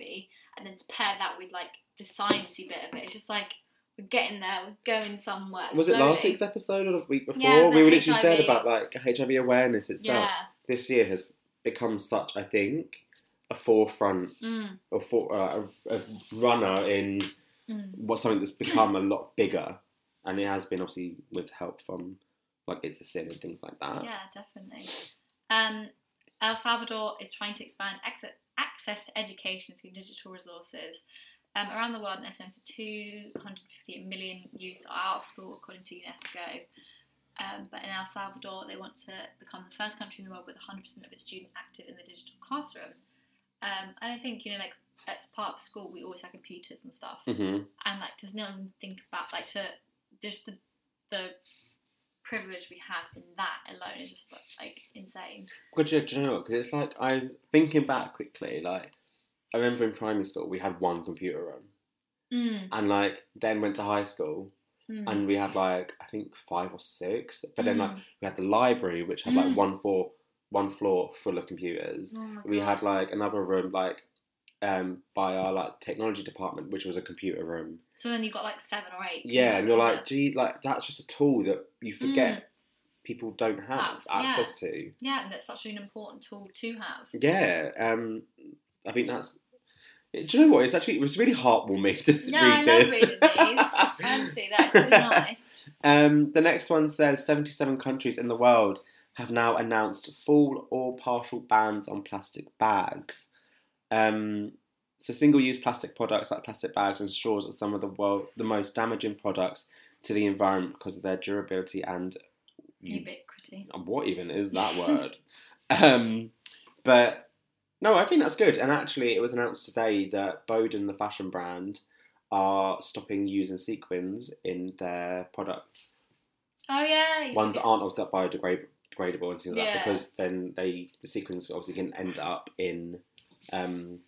[SPEAKER 1] and then to pair that with like the sciencey bit of it, it's just like we're getting there, we're going somewhere.
[SPEAKER 2] was it last
[SPEAKER 1] slowly.
[SPEAKER 2] week's episode or the week before?
[SPEAKER 1] Yeah,
[SPEAKER 2] we were
[SPEAKER 1] the
[SPEAKER 2] literally
[SPEAKER 1] HIV.
[SPEAKER 2] said about like HIV awareness itself.
[SPEAKER 1] Yeah.
[SPEAKER 2] This year has become such, I think, a forefront
[SPEAKER 1] Mm.
[SPEAKER 2] or for, uh, a, a runner in
[SPEAKER 1] Mm.
[SPEAKER 2] what's something that's become a lot bigger, and it has been obviously with help from like it's a sin and things like that.
[SPEAKER 1] Yeah, definitely. Um, El Salvador is trying to expand ex- access to education through digital resources. Um, around the world, an estimated 258 million youth are out of school, according to UNESCO. Um, but in El Salvador, they want to become the first country in the world with 100% of its students active in the digital classroom. Um, and I think, you know, like as part of school, we always have computers and stuff.
[SPEAKER 2] hmm
[SPEAKER 1] And like to not even think about, like to just the, the privilege we have in that alone is just like, like insane.
[SPEAKER 2] Good job, do you know what? 'Cause it's like I'm thinking back quickly. Like I remember in primary school we had one computer room,
[SPEAKER 1] Mm,
[SPEAKER 2] and like then went to high school
[SPEAKER 1] mm,
[SPEAKER 2] and we had like I think five or six. But then like
[SPEAKER 1] mm.
[SPEAKER 2] we had the library, which had like
[SPEAKER 1] Mm.
[SPEAKER 2] one floor, one floor full of computers.
[SPEAKER 1] Oh my
[SPEAKER 2] we
[SPEAKER 1] God.
[SPEAKER 2] had like another room like um by our like technology department which was a computer room
[SPEAKER 1] So then you got like seven or eight.
[SPEAKER 2] yeah and you're
[SPEAKER 1] computers.
[SPEAKER 2] like gee like that's just a tool that you forget people don't have
[SPEAKER 1] Mm. Have, yeah.
[SPEAKER 2] access to
[SPEAKER 1] yeah, and that's such an important tool to have.
[SPEAKER 2] yeah um i think that's do you know what it's actually it was really heartwarming to
[SPEAKER 1] Yeah, I
[SPEAKER 2] read
[SPEAKER 1] love
[SPEAKER 2] this
[SPEAKER 1] reading these. Honestly, that's really nice.
[SPEAKER 2] um the next one says 77 countries in the world have now announced full or partial bans on plastic bags Um, so single-use plastic products like plastic bags and straws are some of the world the most damaging products to the environment because of their durability and you,
[SPEAKER 1] Ubiquity.
[SPEAKER 2] what even is that word? um, but no, I think that's good. And actually, it was announced today that Bowden, the fashion brand, are stopping using sequins in their products.
[SPEAKER 1] Oh yeah. you
[SPEAKER 2] Ones that
[SPEAKER 1] forget-
[SPEAKER 2] aren't obviously biodegradable and things like that
[SPEAKER 1] Yeah.
[SPEAKER 2] because then they the sequins obviously can end up in um,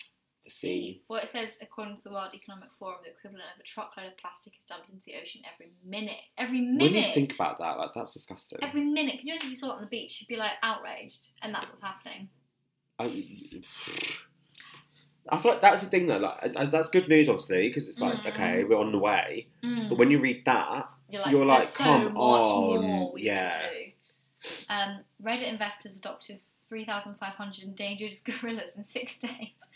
[SPEAKER 2] the sea.
[SPEAKER 1] Well, it says according to the World Economic Forum, the equivalent of a truckload of plastic is dumped into the ocean every minute. Every minute.
[SPEAKER 2] When you think about that, like that's disgusting.
[SPEAKER 1] every minute. Can you imagine if you saw it on the beach? You'd be like outraged, and that's what's happening.
[SPEAKER 2] I, I feel like that's the thing though. Like I- that's good news, obviously, because it's like
[SPEAKER 1] Mm.
[SPEAKER 2] okay, we're on the way.
[SPEAKER 1] Mm.
[SPEAKER 2] But when you read that,
[SPEAKER 1] You're like,
[SPEAKER 2] You're like,
[SPEAKER 1] there's so
[SPEAKER 2] "Come
[SPEAKER 1] much
[SPEAKER 2] on,
[SPEAKER 1] more we
[SPEAKER 2] yeah."
[SPEAKER 1] need to do. Um, Reddit investors adopted 3,500 endangered gorillas in six days.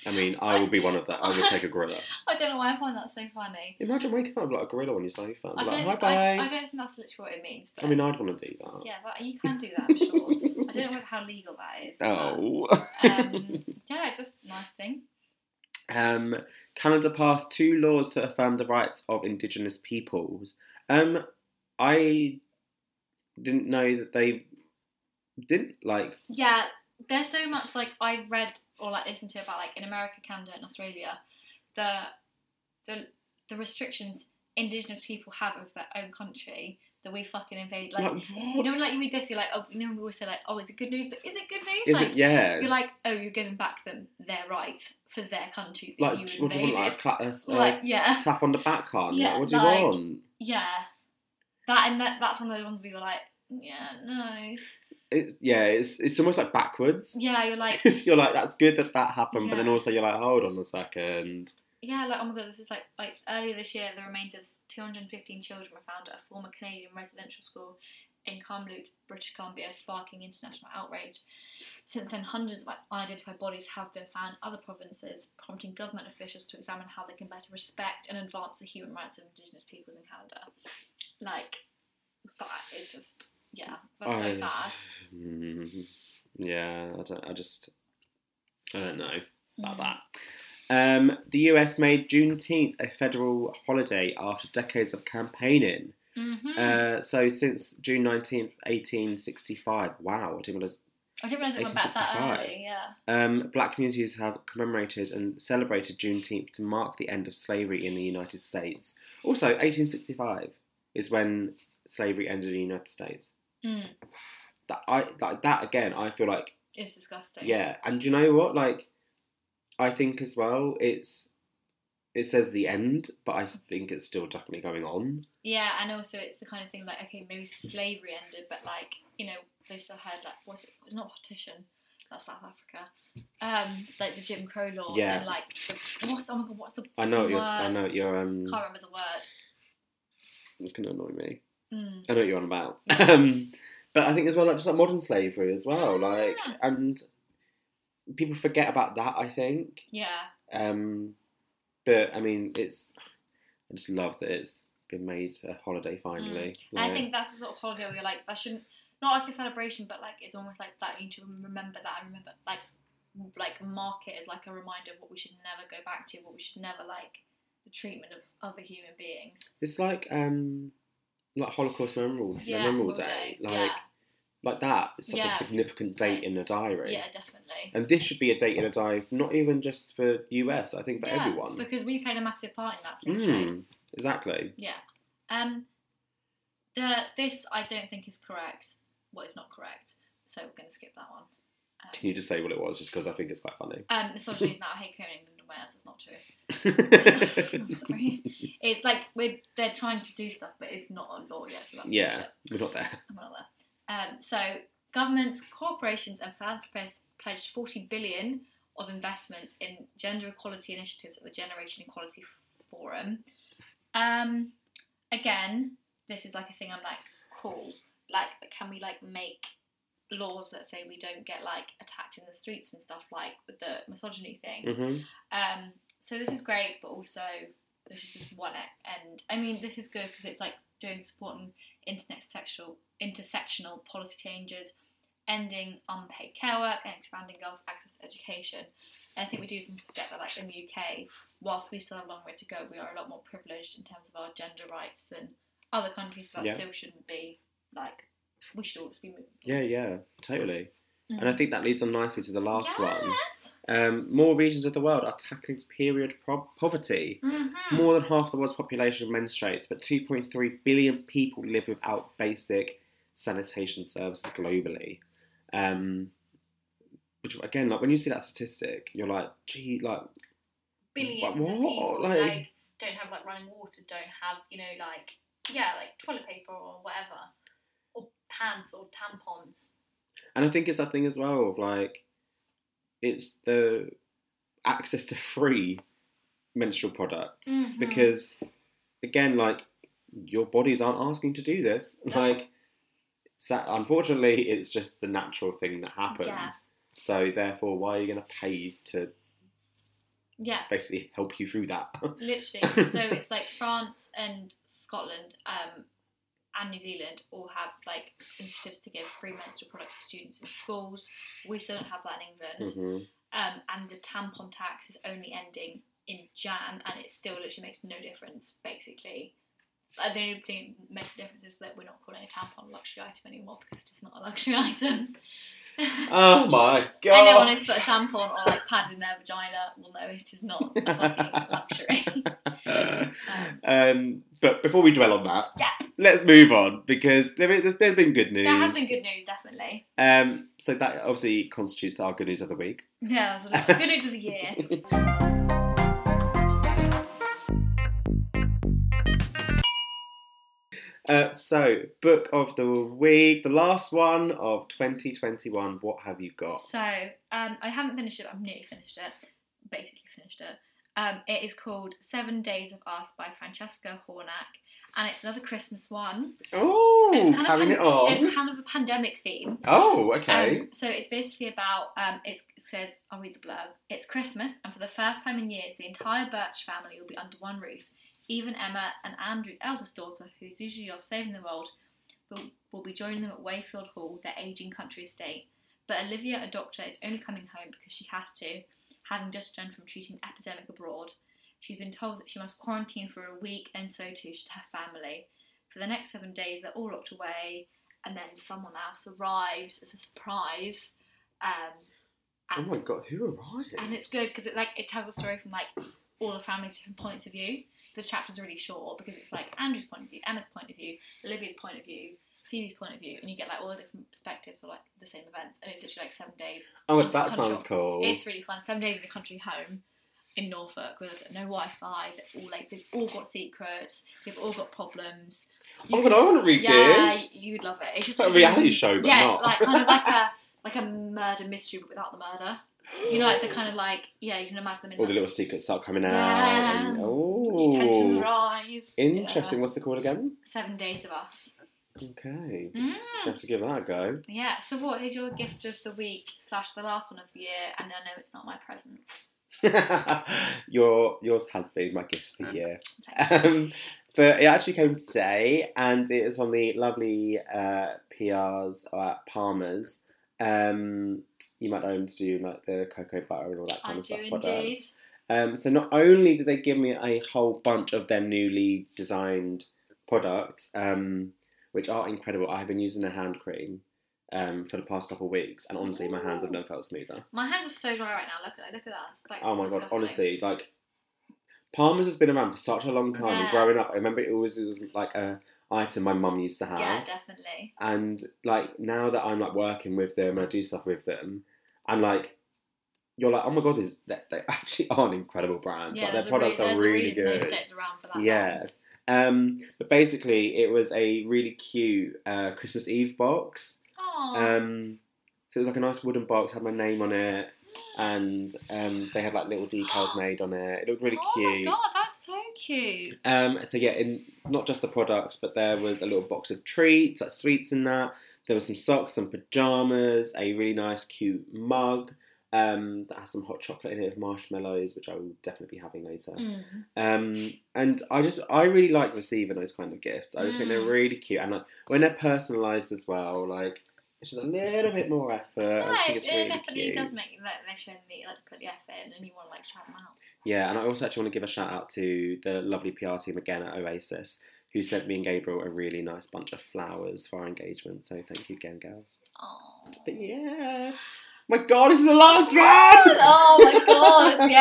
[SPEAKER 2] I mean, I will be one of that. I will take a gorilla.
[SPEAKER 1] I don't know why I find that so funny.
[SPEAKER 2] Imagine waking up with, like a gorilla on your sofa. And
[SPEAKER 1] I
[SPEAKER 2] be
[SPEAKER 1] don't,
[SPEAKER 2] like, hi,
[SPEAKER 1] I,
[SPEAKER 2] bye.
[SPEAKER 1] I don't think that's literally what it means. But um,
[SPEAKER 2] I mean, I'd want to do that.
[SPEAKER 1] yeah, that, you can do that, I'm sure. I don't know how legal that is. but,
[SPEAKER 2] Oh.
[SPEAKER 1] Um, yeah, just nice thing.
[SPEAKER 2] Um, Canada passed two laws to affirm the rights of Indigenous peoples. Um, I didn't know that they didn't like
[SPEAKER 1] Yeah, there's so much like I've read or like listened to about like in America, Canada, and Australia, the the the restrictions Indigenous people have of their own country that we fucking invade. Like, you know,
[SPEAKER 2] what?
[SPEAKER 1] like you read this, you're like, oh, you know, we always say like, oh, it's good news, but is it good news?
[SPEAKER 2] is
[SPEAKER 1] like,
[SPEAKER 2] it yeah
[SPEAKER 1] you're like, oh, you're giving back them their rights for their country that
[SPEAKER 2] like
[SPEAKER 1] you
[SPEAKER 2] what do you
[SPEAKER 1] invaded.
[SPEAKER 2] want like a cla- a- a
[SPEAKER 1] Like, yeah,
[SPEAKER 2] tap on the back hand
[SPEAKER 1] Yeah,
[SPEAKER 2] like, what do you
[SPEAKER 1] like-
[SPEAKER 2] want
[SPEAKER 1] yeah. That and that, that's one of those ones where you're like, yeah, no,
[SPEAKER 2] it's yeah it's it's almost like backwards
[SPEAKER 1] yeah. You're like,
[SPEAKER 2] 'Cause you're like that's good that that happened but then
[SPEAKER 1] Yeah.
[SPEAKER 2] also you're like hold on a second
[SPEAKER 1] Yeah, like oh my god, this is like like earlier this year, the remains of 215 children were found at a former Canadian residential school in Kamloops, British Columbia, sparking international outrage. Since then, hundreds of unidentified bodies have been found in other provinces, prompting government officials to examine how they can better respect and advance the human rights of Indigenous peoples in Canada. Like that is just yeah, that's
[SPEAKER 2] I-
[SPEAKER 1] so sad.
[SPEAKER 2] Mm, yeah I don't I just I don't know about
[SPEAKER 1] Mm.
[SPEAKER 2] that um, the US made Juneteenth a federal holiday after decades of campaigning.
[SPEAKER 1] Mhm.
[SPEAKER 2] Uh, so since June 19th, 1865. Wow, I didn't realise
[SPEAKER 1] I didn't realize it went back that
[SPEAKER 2] 1865.
[SPEAKER 1] early. Yeah.
[SPEAKER 2] Um, black communities have commemorated and celebrated Juneteenth to mark the end of slavery in the United States. Also, 1865 is when slavery ended in the United States.
[SPEAKER 1] Mm.
[SPEAKER 2] That I like that again. I feel like
[SPEAKER 1] It's disgusting.
[SPEAKER 2] yeah, and you know what? Like, I think as well. It's it says the end, but I think it's still definitely going on.
[SPEAKER 1] Yeah, and also it's the kind of thing like okay, maybe slavery ended, but like you know they still had like was it not partition? That's South Africa. Um, like the Jim Crow laws
[SPEAKER 2] Yeah.
[SPEAKER 1] and like the, what's oh my god, what's the
[SPEAKER 2] I know what you're. I
[SPEAKER 1] Word.
[SPEAKER 2] know what you're. Um,
[SPEAKER 1] can't remember the word.
[SPEAKER 2] it's gonna annoy me.
[SPEAKER 1] Mm.
[SPEAKER 2] I know what you're on about. Um, but I think as well, like just like modern slavery as well, like
[SPEAKER 1] Yeah.
[SPEAKER 2] and people forget about that. I think,
[SPEAKER 1] Yeah,
[SPEAKER 2] um, but I mean, it's I just love that it's been made a holiday finally.
[SPEAKER 1] And Mm. I think that's the sort of holiday where you're like that shouldn't not like a celebration, but like it's almost like that you need to remember that and remember like like mark it as like a reminder of what we should never go back to, what we should never like the treatment of other human beings.
[SPEAKER 2] it's like um, like Holocaust Memorial,
[SPEAKER 1] Yeah,
[SPEAKER 2] Memorial
[SPEAKER 1] Memorial
[SPEAKER 2] Day,
[SPEAKER 1] Day,
[SPEAKER 2] like
[SPEAKER 1] yeah.
[SPEAKER 2] like that. It's such a
[SPEAKER 1] Yeah.
[SPEAKER 2] significant date in a diary.
[SPEAKER 1] Yeah, definitely.
[SPEAKER 2] And this should be a date in a diary, not even just for US. I think for
[SPEAKER 1] yeah,
[SPEAKER 2] everyone.
[SPEAKER 1] Because we played a massive part in that slave trade.
[SPEAKER 2] Mm, exactly.
[SPEAKER 1] Yeah. Um, the, this I don't think is correct. Well, it's not correct. So we're going to skip that one.
[SPEAKER 2] Can you just say what it was, just because I think it's quite funny.
[SPEAKER 1] Um, misogyny is not a hate code in England and Wales. That's not true. I'm
[SPEAKER 2] We're
[SPEAKER 1] sorry. It's like we're, they're trying to do stuff, but it's not on law yet. So that's
[SPEAKER 2] Yeah.
[SPEAKER 1] bullshit.
[SPEAKER 2] not there.
[SPEAKER 1] I'm not there. Um, so governments, corporations, and philanthropists pledged 40 billion of investments in gender equality initiatives at the Generation Equality Forum. Um, again, this is like a thing I'm like, cool. Like, but can we like make laws that say we don't get like attacked in the streets and stuff like with the misogyny thing?
[SPEAKER 2] hmm
[SPEAKER 1] Um, so this is great, but also this is just one e- end. I mean, this is good because it's like doing support and intersectional intersectional policy changes, ending unpaid care work, and expanding girls' access to education. And I think we do some forget that, like in the UK, whilst we still have a long way to go, we are a lot more privileged in terms of our gender rights than other countries. But that
[SPEAKER 2] Yeah.
[SPEAKER 1] still shouldn't be like we should all just be moving. Mm-hmm.
[SPEAKER 2] Yeah, yeah, totally. And I think that leads on nicely to the last one.
[SPEAKER 1] yes.
[SPEAKER 2] Um, more regions of the world are tackling period pro- poverty.
[SPEAKER 1] Mhm.
[SPEAKER 2] More than half the world's population menstruates, but 2.3 billion people live without basic sanitation services globally. Um, which again, like when you see that statistic, you're like, gee, like
[SPEAKER 1] billions
[SPEAKER 2] Like,
[SPEAKER 1] of
[SPEAKER 2] what?
[SPEAKER 1] people
[SPEAKER 2] Like-
[SPEAKER 1] like, don't have like running water, don't have you know like yeah like toilet paper or whatever, or pants or tampons.
[SPEAKER 2] And I think it's that thing as well of like, it's the access to free menstrual products
[SPEAKER 1] Mhm.
[SPEAKER 2] because, again, like your bodies aren't asking to do this.
[SPEAKER 1] No.
[SPEAKER 2] Like, sa- unfortunately, it's just the natural thing that happens.
[SPEAKER 1] Yeah.
[SPEAKER 2] So therefore, why are you going to pay to
[SPEAKER 1] Yeah,
[SPEAKER 2] basically help you through that?
[SPEAKER 1] literally. so it's like France and Scotland um, and New Zealand all have like initiatives to give free menstrual products to students in schools. We still don't have that in England.
[SPEAKER 2] hmm
[SPEAKER 1] um, and the tampon tax is only ending in Jan, and it still literally makes no difference. Basically, like, the only thing that makes a difference is that we're not calling a tampon a luxury item anymore because it's not a luxury item.
[SPEAKER 2] Oh my god!
[SPEAKER 1] Anyone who's put a tampon or like pad in their vagina will know it is not a fucking luxury.
[SPEAKER 2] um, but before we dwell on that,
[SPEAKER 1] Yeah.
[SPEAKER 2] let's move on because there is, there's there's been good news.
[SPEAKER 1] There has been good news, definitely.
[SPEAKER 2] Um, so that obviously constitutes our good news of the week.
[SPEAKER 1] Yeah, there's a lot of good news of the year.
[SPEAKER 2] Uh, so book of the week, the last one of 2021. What have you got?
[SPEAKER 1] So um, I haven't finished it. but I've nearly finished it. Basically finished it. Um, it is called Seven Days of Us by Francesca Hornack, and it's another Christmas one.
[SPEAKER 2] Oh,
[SPEAKER 1] It's kind of
[SPEAKER 2] carrying it
[SPEAKER 1] pan-
[SPEAKER 2] on.
[SPEAKER 1] It's kind of a pandemic theme.
[SPEAKER 2] Oh, okay.
[SPEAKER 1] Um, so it's basically about um, it's, it says I'll read the blurb. It's Christmas, and for the first time in years, the entire Birch family will be under one roof. Even Emma and Andrew, eldest daughter, who's usually off saving the world, will, will be joining them at Wayfield Hall, their aging country estate. But Olivia, a doctor, is only coming home because she has to, having just returned from treating an epidemic abroad. She's been told that she must quarantine for a week, and so too should her family. For the next seven days, they're all locked away, and then someone else arrives as a surprise. Um,
[SPEAKER 2] oh
[SPEAKER 1] and
[SPEAKER 2] my god, who arrived?
[SPEAKER 1] and it's good because it like it tells a story from like all the family's different points of view. The chapter's really short because it's like Andrew's point of view, Emma's point of view, Olivia's point of view, Phoebe's point of view, and you get like all the different perspectives of like the same events. And it's literally like seven days.
[SPEAKER 2] Oh,
[SPEAKER 1] in the
[SPEAKER 2] that
[SPEAKER 1] country.
[SPEAKER 2] sounds cool.
[SPEAKER 1] It's really fun. Seven days in the country home in Norfolk where there's no Wi-Fi. They're all like they've all got secrets. They've all got problems.
[SPEAKER 2] oh my god, I want to read
[SPEAKER 1] yeah,
[SPEAKER 2] this.
[SPEAKER 1] you'd love it. It's
[SPEAKER 2] It's
[SPEAKER 1] just
[SPEAKER 2] like a reality show, but
[SPEAKER 1] yeah,
[SPEAKER 2] not.
[SPEAKER 1] like kind of like a like a murder mystery but without the murder. You know, like the kind of like yeah, you can imagine them in
[SPEAKER 2] all the little secrets start coming out.
[SPEAKER 1] Yeah.
[SPEAKER 2] and-
[SPEAKER 1] tensions
[SPEAKER 2] oh,
[SPEAKER 1] rise.
[SPEAKER 2] interesting.
[SPEAKER 1] Yeah.
[SPEAKER 2] What's it called again?
[SPEAKER 1] Seven days of us.
[SPEAKER 2] Okay,
[SPEAKER 1] Mm.
[SPEAKER 2] you have to give that a go.
[SPEAKER 1] Yeah. So, what is your gift of the week slash the last one of the year? And I know it's not my present.
[SPEAKER 2] Your yours has been my gift
[SPEAKER 1] Oh,
[SPEAKER 2] of the year, um, but it actually came today, and it is from the lovely uh, PRs at Palmer's. Um, you might know them to do like the cocoa butter and all that kind
[SPEAKER 1] I
[SPEAKER 2] of
[SPEAKER 1] do
[SPEAKER 2] stuff.
[SPEAKER 1] indeed.
[SPEAKER 2] Um, so not only did they give me a whole bunch of their newly designed products, um, which are incredible. I have been using a hand cream um, for the past couple of weeks, and honestly, my hands have never felt smoother.
[SPEAKER 1] My hands are so dry right now. Look at look at us. Like,
[SPEAKER 2] Oh my god,
[SPEAKER 1] disgusting.
[SPEAKER 2] honestly, like Palmer's has been around for such a long time. And
[SPEAKER 1] Yeah.
[SPEAKER 2] growing up, I remember it always was like a item my mum used to have.
[SPEAKER 1] Yeah, definitely.
[SPEAKER 2] and like now that I'm like working with them, I do stuff with them, and like you're like, oh my god, this they, they actually are an incredible brand.
[SPEAKER 1] Yeah,
[SPEAKER 2] like their
[SPEAKER 1] there's a rea-
[SPEAKER 2] products are
[SPEAKER 1] there's a
[SPEAKER 2] really
[SPEAKER 1] reason they
[SPEAKER 2] good.
[SPEAKER 1] sticked around for that. long.
[SPEAKER 2] Yeah. Um, but basically, it was a really cute uh, Christmas Eve box.
[SPEAKER 1] Aw.
[SPEAKER 2] Um, so it was like a nice wooden box, had my name on it, and um, they had like little decals made on it. It looked really
[SPEAKER 1] oh
[SPEAKER 2] cute.
[SPEAKER 1] my god, that's so cute.
[SPEAKER 2] Um, so yeah, in not just the products, but there was a little box of treats, like sweets and that. There was some socks, some pajamas, a really nice, cute mug um, that has some hot chocolate in it with marshmallows, which I will definitely be having later.
[SPEAKER 1] Mm.
[SPEAKER 2] Um, and I just, I really like receiving those kind of gifts. I just think they're
[SPEAKER 1] Mm.
[SPEAKER 2] really cute, and like when they're personalised as well, like it's just a little bit more effort. I
[SPEAKER 1] No,
[SPEAKER 2] just think
[SPEAKER 1] it
[SPEAKER 2] it's really
[SPEAKER 1] definitely
[SPEAKER 2] cute.
[SPEAKER 1] does make that they show that you, like put the effort in and you want to like shout them out.
[SPEAKER 2] Yeah, and I also actually want to give a shout out to the lovely PR team again at Oasis, who sent me and Gabriel a really nice bunch of flowers for our engagement. So thank you again, girls.
[SPEAKER 1] Aw.
[SPEAKER 2] But yeah, my God, this is the last round.
[SPEAKER 1] Oh my god, it's the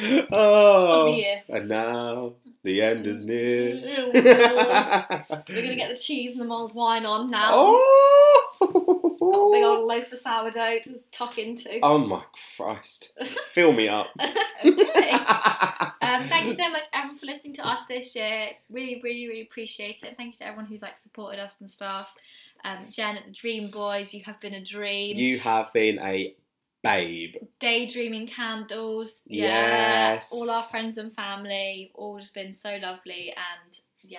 [SPEAKER 1] end of the
[SPEAKER 2] Oh,
[SPEAKER 1] year.
[SPEAKER 2] and now the end is near.
[SPEAKER 1] Ew. We're gonna
[SPEAKER 2] We're
[SPEAKER 1] get the cheese and the mulled wine on now. Got a big
[SPEAKER 2] Oh.
[SPEAKER 1] old loaf of sourdough to tuck into.
[SPEAKER 2] oh my Christ! Fill me up.
[SPEAKER 1] okay. Um, thank you so much, everyone, for listening to us this year. It's really, really, really appreciate it. And thank you to everyone who's like supported us and stuff. Um, Jen at the Dream Boys, you have been a dream.
[SPEAKER 2] You have been a babe.
[SPEAKER 1] Daydreaming Candles, yeah.
[SPEAKER 2] Yes.
[SPEAKER 1] All our friends and family, all just been so lovely, and yeah,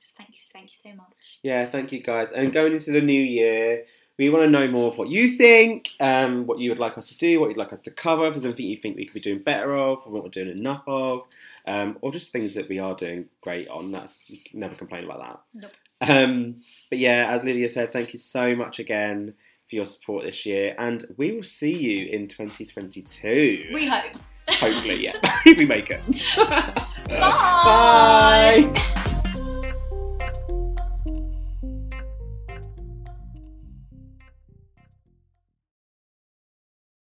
[SPEAKER 1] just thank you, thank you so much.
[SPEAKER 2] Yeah, thank you guys. And going into the new year, we want to know more of what you think, um, what you would like us to do, what you'd like us to cover, if there's anything you think we could be doing better of, or what we're doing enough of, um, or just things that we are doing great on. That's you can never complain about that.
[SPEAKER 1] Nope.
[SPEAKER 2] Um, but yeah, as Lydia said, thank you so much again for your support this year, and we will see you in 2022.
[SPEAKER 1] We hope.
[SPEAKER 2] Uh, Hopefully, yeah, if we make it.
[SPEAKER 1] Bye.